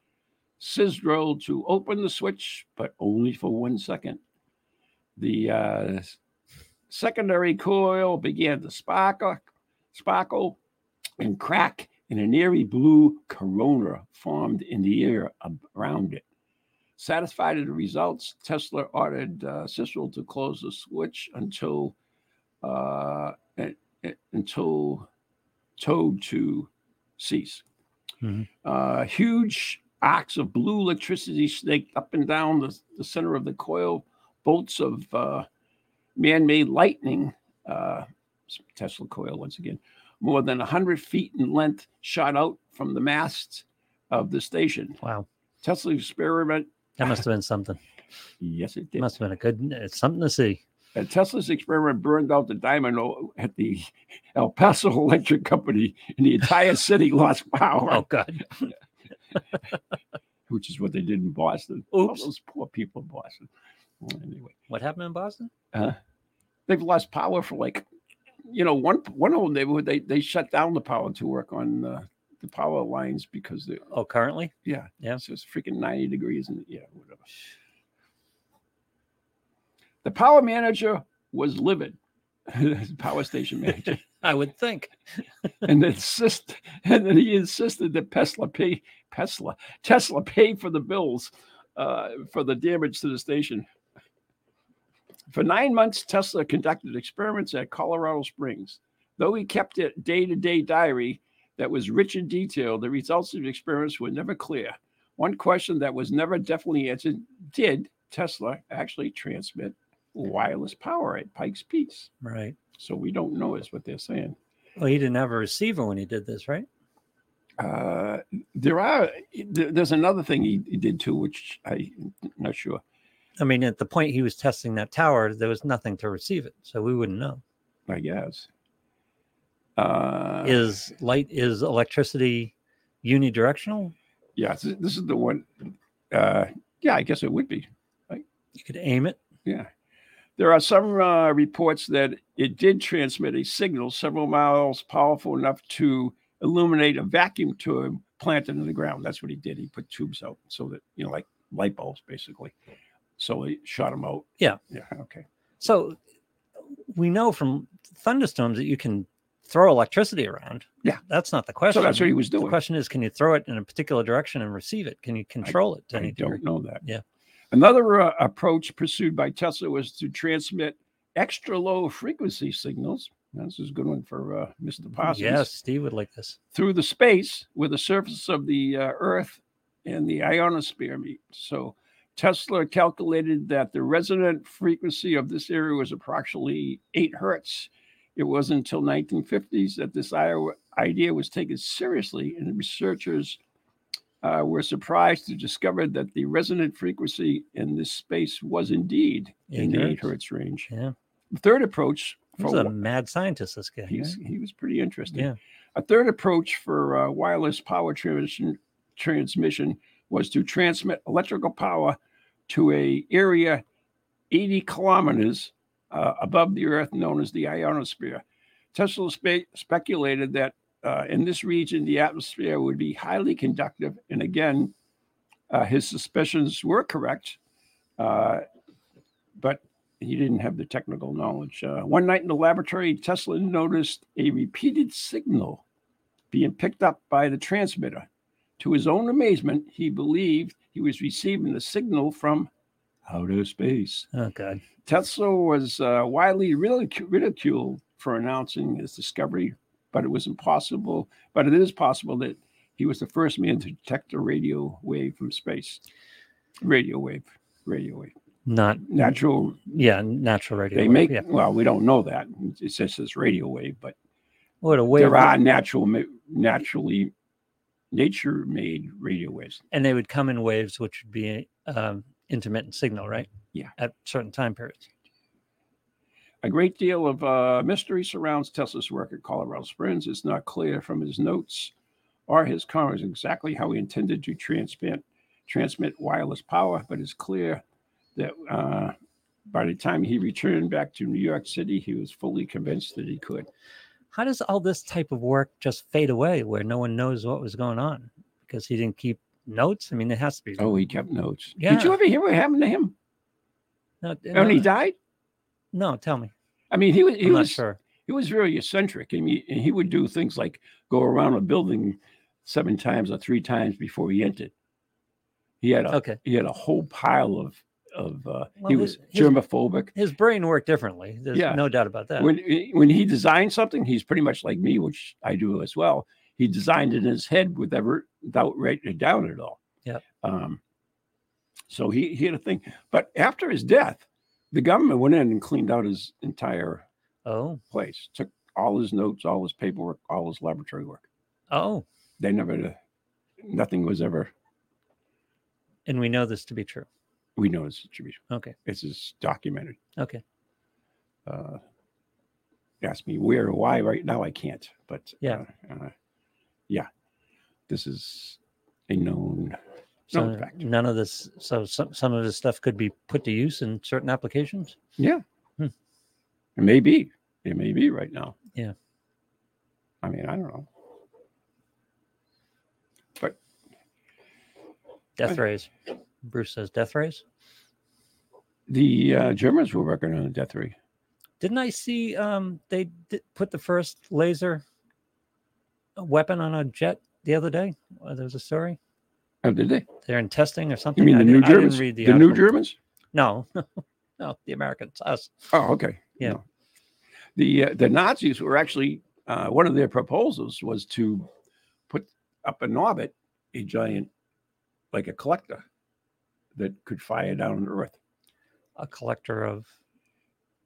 S2: Sidrow, to open the switch, but only for one second. The uh, secondary coil began to sparkle, sparkle and crack, and an eerie blue corona formed in the air ab- around it. Satisfied with the results, Tesla ordered uh, Cicero to close the switch until uh, and, and- until told to cease.
S1: Mhm.
S2: Uh, huge arcs of blue electricity snaked up and down the, the center of the coil. Bolts of uh, man-made lightning, uh, Tesla coil once again, more than 100 feet in length, shot out from the mast of the station.
S1: Wow.
S2: Tesla experiment.
S1: That must have been something.
S2: Yes, it did.
S1: Must have been a good, it's something to see.
S2: Uh, Tesla's experiment burned out the dynamo at the El Paso Electric Company, and the entire city lost power,
S1: Oh, God.
S2: which is what they did in Boston. All
S1: Oops.
S2: those poor people in Boston. Well, Anyway,
S1: What happened in Boston?
S2: they've lost power for like, you know, one one old neighborhood they they shut down the power to work on uh, the power lines because they
S1: Oh, currently?
S2: yeah
S1: Yeah.
S2: so it's freaking ninety degrees and yeah whatever. The power manager was livid. power station manager.
S1: I would think.
S2: and insist and then he insisted that Tesla pay Tesla Tesla pay for the bills uh, for the damage to the station. For nine months, Tesla conducted experiments at Colorado Springs. Though he kept a day-to-day diary that was rich in detail, the results of the experiments were never clear. One question that was never definitely answered: Did Tesla actually transmit wireless power at Pikes Peak?
S1: Right.
S2: So we don't know, is what they're saying.
S1: Well, he didn't have a receiver when he did this, right?
S2: Uh, there are there- there's another thing he, he did too, which I am not sure.
S1: I mean, at the point he was testing that tower, there was nothing to receive it. So we wouldn't know.
S2: I guess Uh,
S1: is light is electricity unidirectional?
S2: yeah, this, this is the one. Uh, yeah, I guess it would be.
S1: You could aim it.
S2: Yeah. There are some uh, reports that it did transmit a signal several miles powerful enough to illuminate a vacuum tube planted in the ground. That's what he did. He put tubes out so that, you know, like light bulbs basically. So he shot them out.
S1: Yeah.
S2: Yeah. Okay.
S1: So we know from thunderstorms that you can throw electricity around.
S2: Yeah.
S1: That's not the question.
S2: So that's what he was
S1: The
S2: doing.
S1: question is, can you throw it in a particular direction and receive it? Can you control it to
S2: I
S1: any degree?
S2: don't know that.
S1: Yeah.
S2: Another uh, approach pursued by Tesla was to transmit extra low frequency signals. Now, this is a good one for uh, Mr. Parsons.
S1: Mm-hmm. Yes, Steve would like this.
S2: through the space where the surface of the uh, Earth and the ionosphere meet. So Tesla calculated that the resonant frequency of this area was approximately eight hertz. It was until 1950s that this i- idea was taken seriously, and researchers uh, were surprised to discover that the resonant frequency in this space was indeed in
S1: Eight
S2: the eight
S1: hertz.
S2: hertz range.
S1: Yeah.
S2: The third approach
S1: He's a mad scientist, this guy.
S2: He's,
S1: right?
S2: he was pretty interesting.
S1: Yeah.
S2: A third approach for uh, wireless power transmission transmission was to transmit electrical power to a area 80 kilometers uh, above the Earth, known as the ionosphere. Tesla spe- speculated that uh, in this region the atmosphere would be highly conductive, and again, uh, his suspicions were correct. Uh, but he didn't have the technical knowledge. Uh, one night in the laboratory, Tesla noticed a repeated signal being picked up by the transmitter. To his own amazement, he believed he was receiving the signal from outer space.
S1: Oh God.
S2: Tesla was uh, widely ridicu- ridiculed for announcing his discovery, but it was impossible. But it is possible that he was the first man to detect a radio wave from space. Radio wave, radio wave,
S1: Not
S2: natural
S1: yeah, natural radio.
S2: they make
S1: wave, yeah.
S2: well, we don't know that. It says this radio wave, but
S1: what a wave.
S2: there are natural, ma- naturally, nature-made radio waves.
S1: and they would come in waves, which would be um, intermittent signal, right?
S2: Yeah.
S1: At certain time periods.
S2: A great deal of uh, mystery surrounds Tesla's work at Colorado Springs. It's not clear from his notes or his comments exactly how he intended to transmit transmit wireless power, but it's clear that uh, by the time he returned back to New York City, he was fully convinced that he could.
S1: How does all this type of work just fade away where no one knows what was going on because he didn't keep notes? I mean, there has to be.
S2: Oh, he kept notes. Did
S1: Yeah.
S2: you ever hear what happened to him?
S1: no,
S2: When he
S1: no,
S2: died?
S1: no, tell me.
S2: I mean, he was he
S1: I'm not
S2: was
S1: sure.
S2: he was very eccentric. I mean, and he would do things like go around a building seven times or three times before he entered. He had a
S1: Okay.
S2: he had a whole pile of of uh,
S1: Well,
S2: he
S1: his-
S2: was
S1: his-
S2: germophobic.
S1: His brain worked differently. There's
S2: Yeah.
S1: no doubt about that.
S2: When when he designed something, he's pretty much like me, which I do as well. He designed it in his head with ever without writing it down at all.
S1: Yep.
S2: Um, so he he had a thing, but after his death, the government went in and cleaned out his entire
S1: oh,
S2: place. Took all his notes, all his paperwork, all his laboratory work.
S1: oh.
S2: They never, nothing was ever.
S1: And we know this to be true.
S2: We know it's attributed.
S1: Okay.
S2: This is documented.
S1: Okay.
S2: Uh, ask me where or why right now. I can't. But
S1: Yeah.
S2: uh, uh, yeah, this is a known.
S1: So
S2: known fact.
S1: none of this. So some, some of this stuff could be put to use in certain applications.
S2: Yeah.
S1: Hmm.
S2: It may be. It may be right now.
S1: Yeah.
S2: I mean, I don't know. But
S1: Death
S2: I-
S1: rays. Bruce says death rays.
S2: the uh, Germans were working on the death ray.
S1: Didn't I see um, they di put the first laser weapon on a jet the other day? Uh, there was a story.
S2: Oh, did they?
S1: They're in testing or
S2: You
S1: something.
S2: mean
S1: I
S2: the
S1: didn't-
S2: new
S1: I didn't
S2: Germans?
S1: read the
S2: the new
S1: article.
S2: Germans?
S1: No, no, the Americans, us.
S2: Oh, okay.
S1: Yeah.
S2: No. The uh, the Nazis were actually uh, one of their proposals was to put up in orbit a giant, like a collector, that could fire down to Earth
S1: A collector of,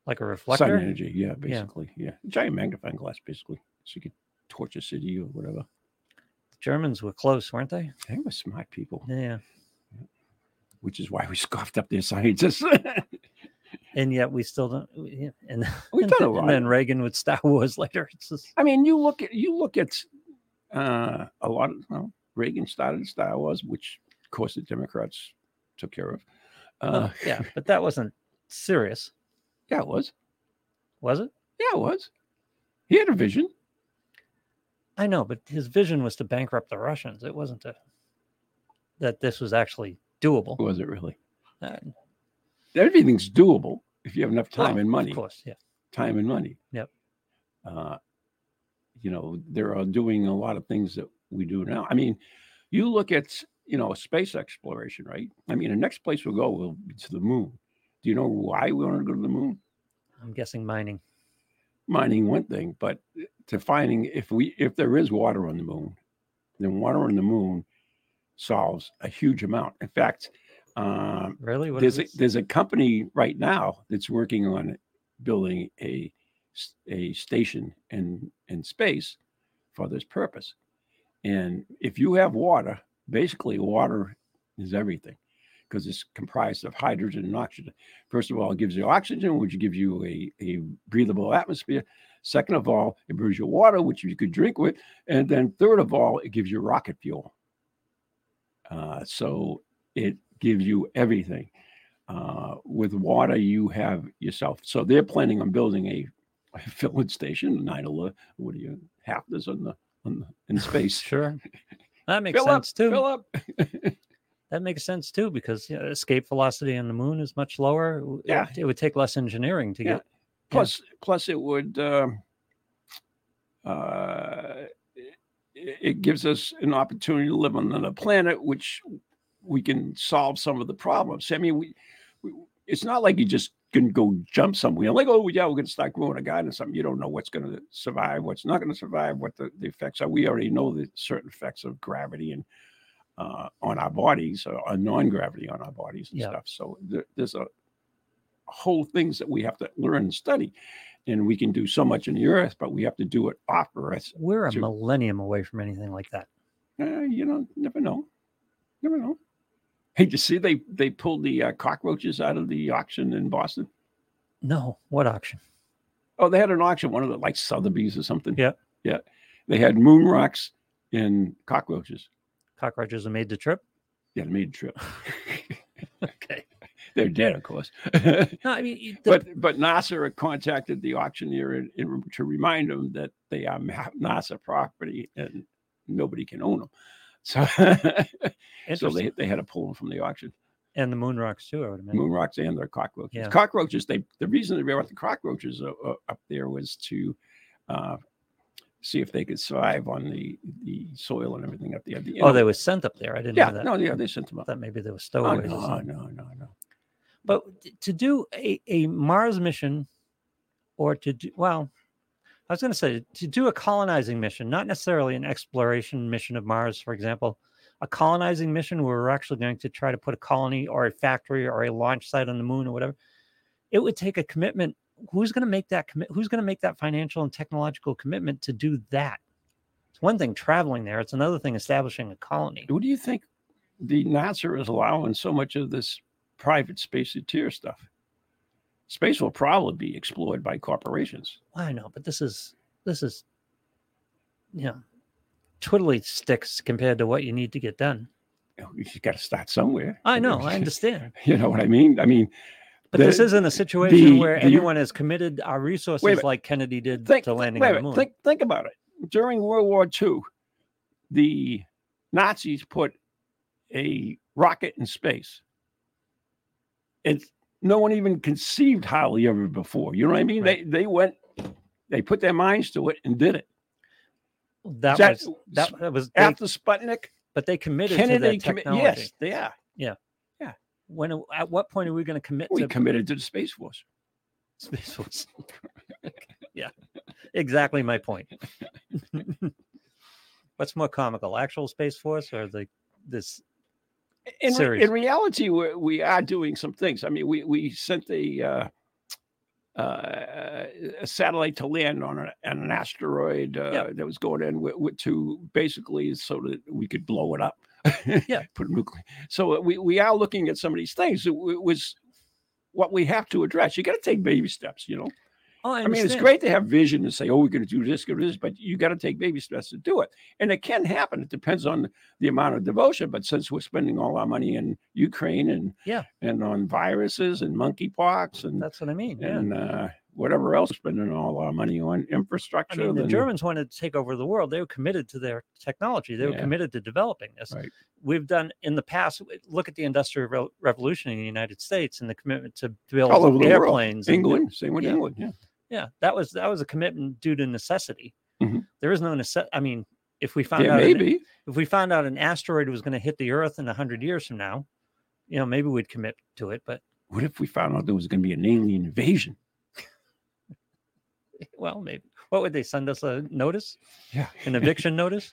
S1: like a
S2: sun
S1: reflector.
S2: energy. Yeah, basically. Yeah. giant magnifying glass, basically, so you could torch a city or whatever.
S1: Germans were close, weren't they?
S2: They were smart people,
S1: Yeah.
S2: which is why we scoffed up their scientists.
S1: and yet we still don't. we- yeah, And,
S2: We've
S1: and
S2: done a
S1: then-
S2: lot.
S1: and then Reagan with Star Wars later. It's just,
S2: I mean, you look at you look at uh, a lot of well, Reagan started Star Wars, which of course the Democrats took care of. Uh,
S1: well, yeah, but that wasn't serious,
S2: yeah, it was.
S1: was it?
S2: Yeah, it was. He had a vision.
S1: I know, but his vision was to bankrupt the Russians. It wasn't to, that this was actually doable.
S2: Was it really?
S1: Uh,
S2: Everything's doable if you have enough time
S1: oh,
S2: and money.
S1: Of course, yeah.
S2: Time and money.
S1: Yep.
S2: Uh, you know, there are doing a lot of things that we do now. I mean, you look at you know space exploration, right? I mean, the next place we'll go will be to the moon. Do you know why we want to go to the moon?
S1: I'm guessing mining.
S2: mining one thing, but uh, to finding if we if there is water on the moon, then water on the moon solves a huge amount. In fact, um,
S1: Really? What is
S2: there's a,
S1: it?
S2: there's a company right now that's working on building a s- a station in in space for this purpose. And if you have water, basically water is everything because it's comprised of hydrogen and oxygen. First of all, it gives you oxygen, which gives you a, a breathable atmosphere. Second of all, it brings you water, which you could drink with. And then third of all, it gives you rocket fuel. Uh, so it gives you everything. Uh, with water, you have yourself. So they're planning on building a, a filling station, nine or what do you half this on the, on the in space?
S1: Sure. That makes
S2: Fill up,
S1: sense too.
S2: Fill up.
S1: That makes sense too because you know, escape velocity on the moon is much lower. W- it
S2: Yeah.
S1: would- It, would take less engineering to
S2: Yeah.
S1: get.
S2: plus plus it would um uh, it, it gives us an opportunity to live on another planet which we can solve some of the problems i mean we, we it's not like you just can go jump somewhere like oh yeah we're going to start growing a garden or something you don't know what's going to survive what's not going to survive what the, the effects are we already know the certain effects of gravity and uh, on our bodies uh, or, or non-gravity on our bodies and
S1: Yeah.
S2: stuff so there, there's a whole things that we have to learn and study. And we can do so much in the earth, but we have to do it off earth.
S1: We're a
S2: Sure.
S1: millennium away from anything like that.
S2: Uh, you know, never know. Never know. Hey, did you see they they pulled the uh, cockroaches out of the auction in Boston?
S1: No, what auction?
S2: Oh, they had an auction, one of the like Sotheby's or something.
S1: Yeah.
S2: Yeah. They had moon rocks and cockroaches.
S1: Cockroaches have made the trip.
S2: Yeah, they made a trip.
S1: Okay.
S2: They're dead, of course.
S1: No, I mean, you- the-
S2: but but NASA contacted the auctioneer in, in, to remind them that they are ma- NASA property and nobody can own them. So, so
S1: interesting.
S2: they, they had to pull them from the auction.
S1: and the moon rocks too. I would imagine.
S2: Moon rocks and their cockroaches.
S1: Yeah.
S2: Cockroaches. They the reason they brought the cockroaches uh, uh, up there was to uh, see if they could survive on the the soil and everything up there. The- you
S1: oh,
S2: know,
S1: they were sent up there. I didn't
S2: yeah,
S1: know that.
S2: no, yeah, they sent them
S1: I
S2: up.
S1: thought maybe they were
S2: Oh,
S1: stowaways. or
S2: no,
S1: something.
S2: no, no, no.
S1: But t- to do a, a Mars mission or to do, well, I was going to say to do a colonizing mission, not necessarily an exploration mission of Mars, for example, a colonizing mission where we're actually going to try to put a colony or a factory or a launch site on the moon or whatever, it would take a commitment. Who's going to make that commit? Who's going to make that financial and technological commitment to do that? It's one thing traveling there; it's another thing establishing a colony.
S2: What do you think the NASA is allowing so much of this private spaceteer stuff? Space will probably be explored by corporations.
S1: Well, I know, but this is this is you know twiddly sticks compared to what you need to get done.
S2: You know, you got to start somewhere.
S1: I know, I understand.
S2: you know what I mean? I mean,
S1: But this
S2: The-
S1: isn't a situation
S2: the-
S1: where
S2: the-
S1: everyone has committed our resources
S2: minute.
S1: like Kennedy did
S2: think,
S1: to landing
S2: wait a
S1: on the
S2: minute,
S1: moon.
S2: think, think about it. During World War II, the Nazis put a rocket in space. It's no one even conceived highly of it before. You know what I mean?
S1: Right.
S2: They they went, they put their minds to it and did it.
S1: that,
S2: that-
S1: was that, that was they,
S2: After Sputnik,
S1: but they committed
S2: Kennedy
S1: to that
S2: committed.
S1: technology.
S2: Yes, they are.
S1: When at what point are we going to commit
S2: We
S1: to
S2: committed to the Space Force.
S1: space force? yeah, exactly my point. What's more comical, actual space force or the this
S2: In, re-
S1: Serious.
S2: in reality, we're, we are doing some things. I mean, we we sent a, uh, uh, a satellite to land on, a, on an asteroid uh,
S1: Yeah.
S2: that was going in with, with to basically so that we could blow it up.
S1: Yeah.
S2: uh, put a nuclear. So we we are looking at some of these things. It, w- was what we have to address. You got to take baby steps, you know.
S1: Oh,
S2: I mean, it's
S1: understand.
S2: great to have vision and say, oh, we're going to do this, go to this, but you got to take baby steps to do it. And it can happen. It depends on the amount of devotion. But since we're spending all our money in Ukraine and
S1: Yeah.
S2: and on viruses and monkeypox and
S1: That's what I mean. Yeah.
S2: and uh, whatever else, spending all our money on
S1: I
S2: infrastructure,
S1: mean, the
S2: then-
S1: Germans wanted to take over the world. They were committed to their technology. They were
S2: Yeah.
S1: committed to developing this.
S2: Right.
S1: We've done in the past. w- Look at the Industrial Re- Revolution in the United States and the commitment to build
S2: All over the world.
S1: airplanes. and do-
S2: England, same with
S1: Yeah.
S2: England, yeah.
S1: yeah, that was that was a commitment due to necessity.
S2: Mhm.
S1: There is no necessity. I mean, if we found
S2: Yeah,
S1: out an-
S2: maybe.
S1: if we found out an asteroid was going to hit the Earth in hundred years from now, you know, maybe we'd commit to it. But
S2: What if we found out there was going to be an alien invasion?
S1: well, maybe what would they send us a notice,
S2: Yeah,
S1: an eviction notice?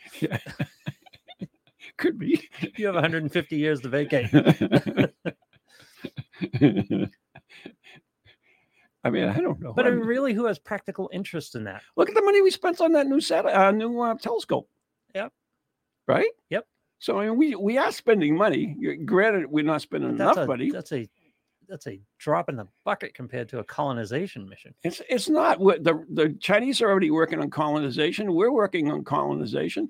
S2: could be.
S1: You have 150 years to vacate.
S2: I mean, I don't know.
S1: But
S2: I
S1: I mean,
S2: mean,
S1: really, who has practical interest in that?
S2: look at the money we spent on that new satellite, uh, new uh, telescope.
S1: Yep.
S2: Right.
S1: Yep.
S2: So I mean, we we are spending money. Y- Granted, we're not spending
S1: That's
S2: enough
S1: a,
S2: money.
S1: That's a that's a drop in the bucket compared to a colonization mission.
S2: It's it's not what the the Chinese are already working on colonization. We're working on colonization.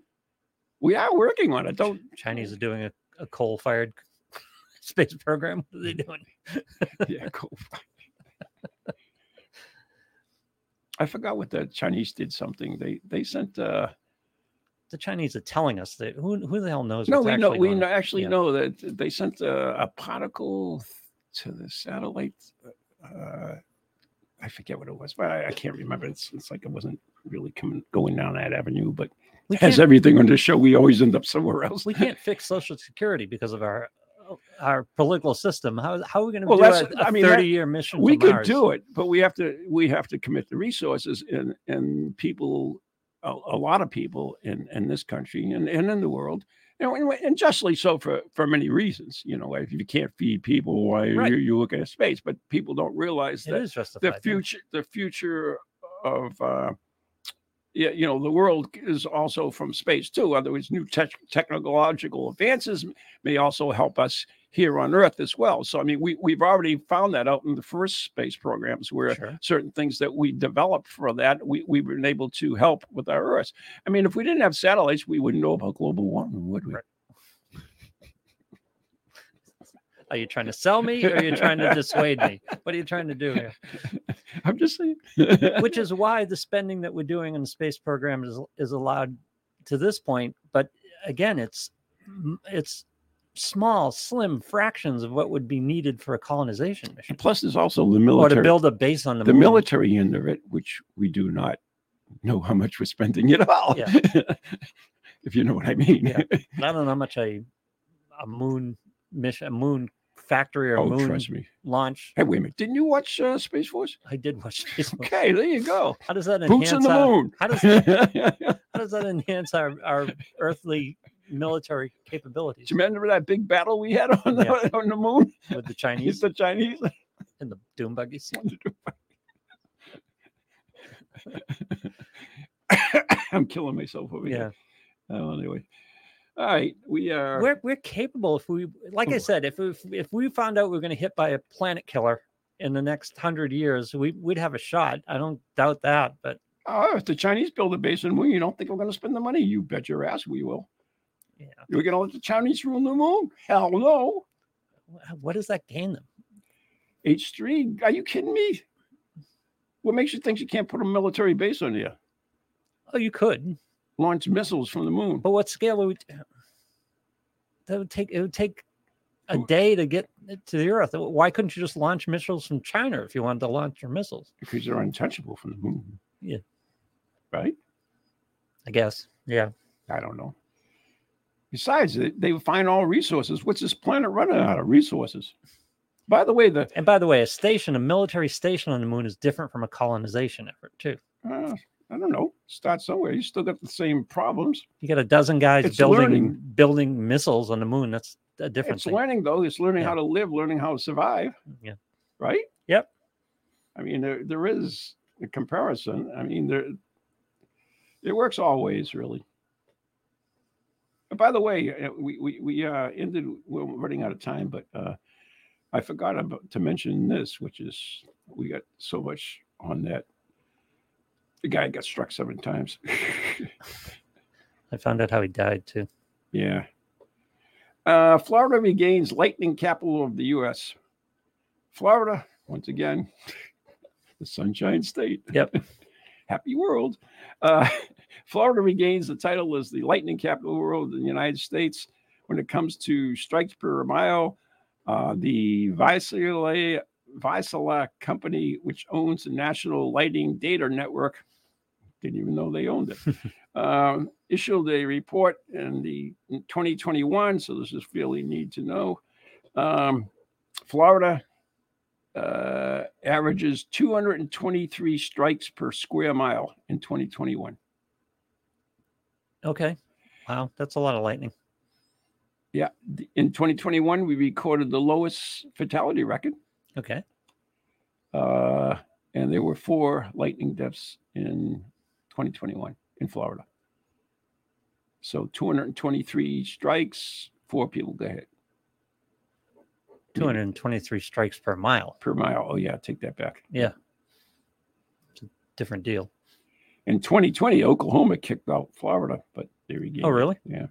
S2: We are working on it. Don't
S1: Chinese are doing a, a coal fired space program. What are they
S2: Mm-hmm.
S1: doing?
S2: yeah, cool. I forgot what the Chinese did something. They they sent uh
S1: The Chinese are telling us that who who the hell knows?
S2: no,
S1: what's
S2: we know
S1: actually
S2: we
S1: going
S2: know,
S1: on.
S2: actually
S1: Yeah.
S2: know that they sent a, a particle to the satellite. Uh, I forget what it was, but I, I can't remember. It's, it's like it wasn't really coming going down that avenue. But
S1: We
S2: as
S1: can't,
S2: everything on this show, we always end up somewhere else.
S1: we can't fix Social Security because of our uh, our political system. How how are we going to
S2: Well,
S1: do
S2: that's-
S1: a, a
S2: I mean, that-
S1: thirty year mission?
S2: we
S1: to
S2: could
S1: Mars?
S2: do it but we have to we have to commit the resources and and people a, a lot of people in in this country and, and in the world you know, and, and justly so for for many reasons you know if you can't feed people why
S1: Right.
S2: you, you look at space but people don't realize
S1: It
S2: that
S1: is justified.
S2: the
S1: yeah.
S2: future the future of uh yeah, you know the world is also from space too. In other words, new tech technological advances m- may also help us here on Earth as well. So, I mean, we we've already found that out in the first space programs, where
S1: Sure.
S2: certain things that we developed for that we we've been able to help with our Earth. I mean, if we didn't have satellites, we wouldn't know about global warming, would we?
S1: Right. Are you trying to sell me or are you trying to dissuade me? What are you trying to do here?
S2: I'm just saying.
S1: Which is why the spending that we're doing on the space program is is allowed to this point, but again, it's m- it's small, slim fractions of what would be needed for a colonization mission,
S2: Plus, there's also the
S1: or to
S2: military.
S1: build a base on the,
S2: the
S1: moon.
S2: military end of it, which we do not know how much we're spending at all.
S1: Yeah.
S2: if you know what I mean.
S1: Yeah. I don't know how much a a moon mission, a moon factory or
S2: oh,
S1: moon
S2: trust me.
S1: launch.
S2: Hey, wait a minute. Didn't you watch uh, Space Force?
S1: I did watch space. Moon.
S2: Okay, there you go.
S1: How does that
S2: Boots
S1: enhance
S2: on the
S1: our,
S2: moon.
S1: how does
S2: Do
S1: how does that enhance our, our earthly military capabilities
S2: you remember that big battle we had on the,
S1: Yeah.
S2: on the moon?
S1: with the
S2: He's
S1: Chinese
S2: the Chinese.
S1: and the doom buggies?
S2: I'm killing myself over
S1: Yeah,
S2: here. Oh, anyway. All right. We are.
S1: we're we're capable if we like. I
S2: Oh.
S1: said if we, if we found out we are going to hit by a planet killer in the next hundred years, we we'd have a shot. I don't doubt that, but
S2: Oh, if the Chinese build a base on the moon, you don't think we're going to spend the money? You bet your ass we will.
S1: yeah,
S2: You're going to let the Chinese rule the moon? Hell no.
S1: wh- what does that gain them?
S2: H3, are you kidding me? What makes you think you can't put a military base on there?
S1: Oh, you could,
S2: Launch missiles from the moon.
S1: but what scale would we? That would take it would take a
S2: Who-
S1: day to get it to the Earth. Why couldn't you just launch missiles from China if you wanted to launch your missiles?
S2: Because they're untouchable from the moon.
S1: Yeah.
S2: Right?
S1: I guess. Yeah.
S2: I don't know. Besides, they- they find all resources. What's this planet running out of resources? By the way, the
S1: And by the way, a station, a military station on the moon is different from a colonization effort, too.
S2: uh, I don't know. Start somewhere. You still got the same problems.
S1: You got a dozen guys
S2: It's
S1: building
S2: learning.
S1: building missiles on the moon. That's a different
S2: It's
S1: thing.
S2: learning though. It's learning
S1: Yeah.
S2: how to live, learning how to survive.
S1: Yeah.
S2: Right.
S1: Yep.
S2: I mean, there there is a comparison. I mean, there it works always really. And by the way, uh, we we we uh, ended. We're running out of time, but uh, I forgot about, to mention this, which is we got so much on that. The guy got struck seven times.
S1: I found out how he died too.
S2: yeah. Uh, Florida regains lightning capital of the U.S. Florida, once again, the Sunshine State.
S1: Yep.
S2: Happy world. Uh, Florida regains the title as the lightning capital of the world in the United States. When it comes to strikes per mile, uh, the Visala, Visala company, which owns the National Lighting Data Network, didn't even know they owned it, um, issued a report in the in 2021. So this is fairly need to know. Um, Florida uh, averages 223 strikes per square mile in 2021.
S1: Okay. Wow, that's a lot of lightning.
S2: Yeah, th- in 2021 we recorded the lowest fatality record.
S1: Okay.
S2: uh, and there were four lightning deaths in 2021 in Florida. So 223 strikes, four people got hit
S1: 223 strikes per mile.
S2: per mile. Oh yeah, take that back.
S1: Yeah. It's a different deal.
S2: In 2020, Oklahoma kicked out Florida, but there we go.
S1: Oh, really?
S2: Yeah,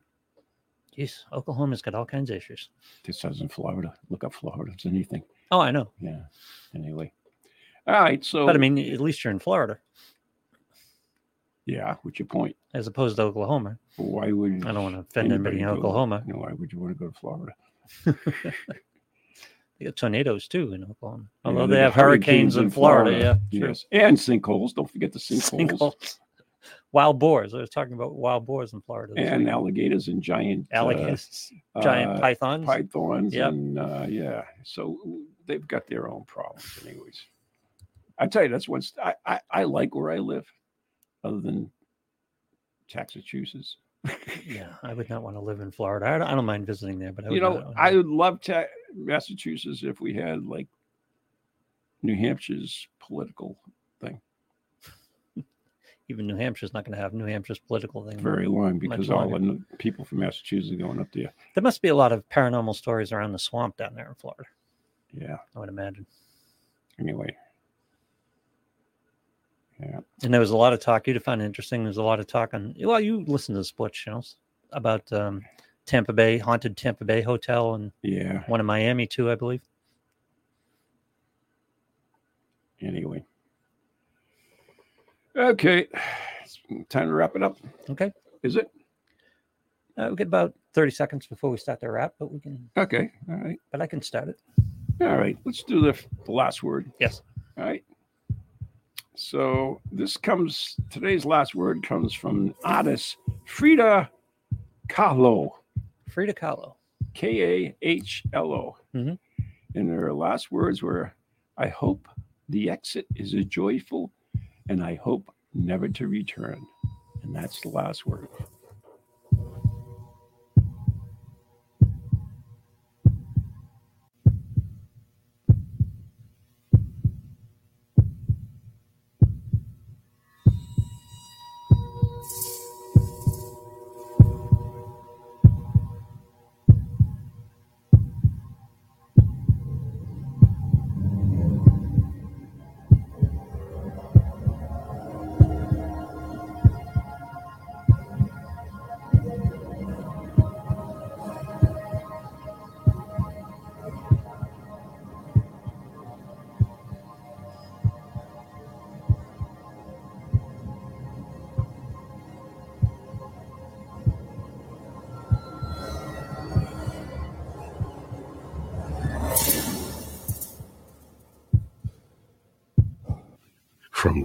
S1: Jeez, Oklahoma's got all kinds of issues.
S2: this isn't Florida. Look up Florida. It's anything.
S1: Oh, I know.
S2: Yeah. Anyway. All right. So
S1: But I mean, at least you're in Florida
S2: yeah. What's your point?
S1: as opposed to Oklahoma.
S2: Why would
S1: I don't want to offend anybody in
S2: go-
S1: Oklahoma.
S2: No, why would you want to go to Florida?
S1: They got tornadoes too in Oklahoma.
S2: Yeah,
S1: Although they
S2: got
S1: have hurricanes in Florida. Yeah. True.
S2: Yes. And sinkholes. Don't forget the sinkholes.
S1: Sinkholes. Wild boars. I was talking about wild boars in Florida. this
S2: And
S1: week.
S2: alligators and giant uh,
S1: alligators, giant
S2: uh,
S1: pythons.
S2: pythons.
S1: Yep.
S2: And uh, yeah. So they've got their own problems, anyways. I tell you, that's what's I, I, I like where I live, other than Massachusetts.
S1: yeah, I would not want to live in Florida. I don't, I don't mind visiting there, but I would
S2: you know,
S1: not- uh,
S2: I would love to Massachusetts if we had like New Hampshire's political
S1: even New Hampshire's not going to have New Hampshire's political thing.
S2: very long because all
S1: longer.
S2: the people from Massachusetts are going up there.
S1: There must be a lot of paranormal stories around the swamp down there in Florida.
S2: Yeah.
S1: I would imagine.
S2: Anyway. Yeah.
S1: And there was a lot of talk. You'd have found it interesting. There's a lot of talk on. Well, you listen to the sports channels about um, Tampa Bay haunted Tampa Bay hotel and
S2: Yeah.
S1: one in Miami too, I believe.
S2: Anyway. Okay. It's time to wrap it up.
S1: Okay,
S2: Is it?
S1: uh, we get about thirty seconds before we start the wrap, but we can.
S2: Okay. All right.
S1: But I can start it.
S2: All right. Let's do the, the last word.
S1: Yes.
S2: All right. So this comes today's last word comes from artist Frida Kahlo.
S1: Frida Kahlo.
S2: K A H L O.
S1: Mhm.
S2: And her last words were, I hope the exit is a joyful and I hope never to return. And that's the last word.
S3: from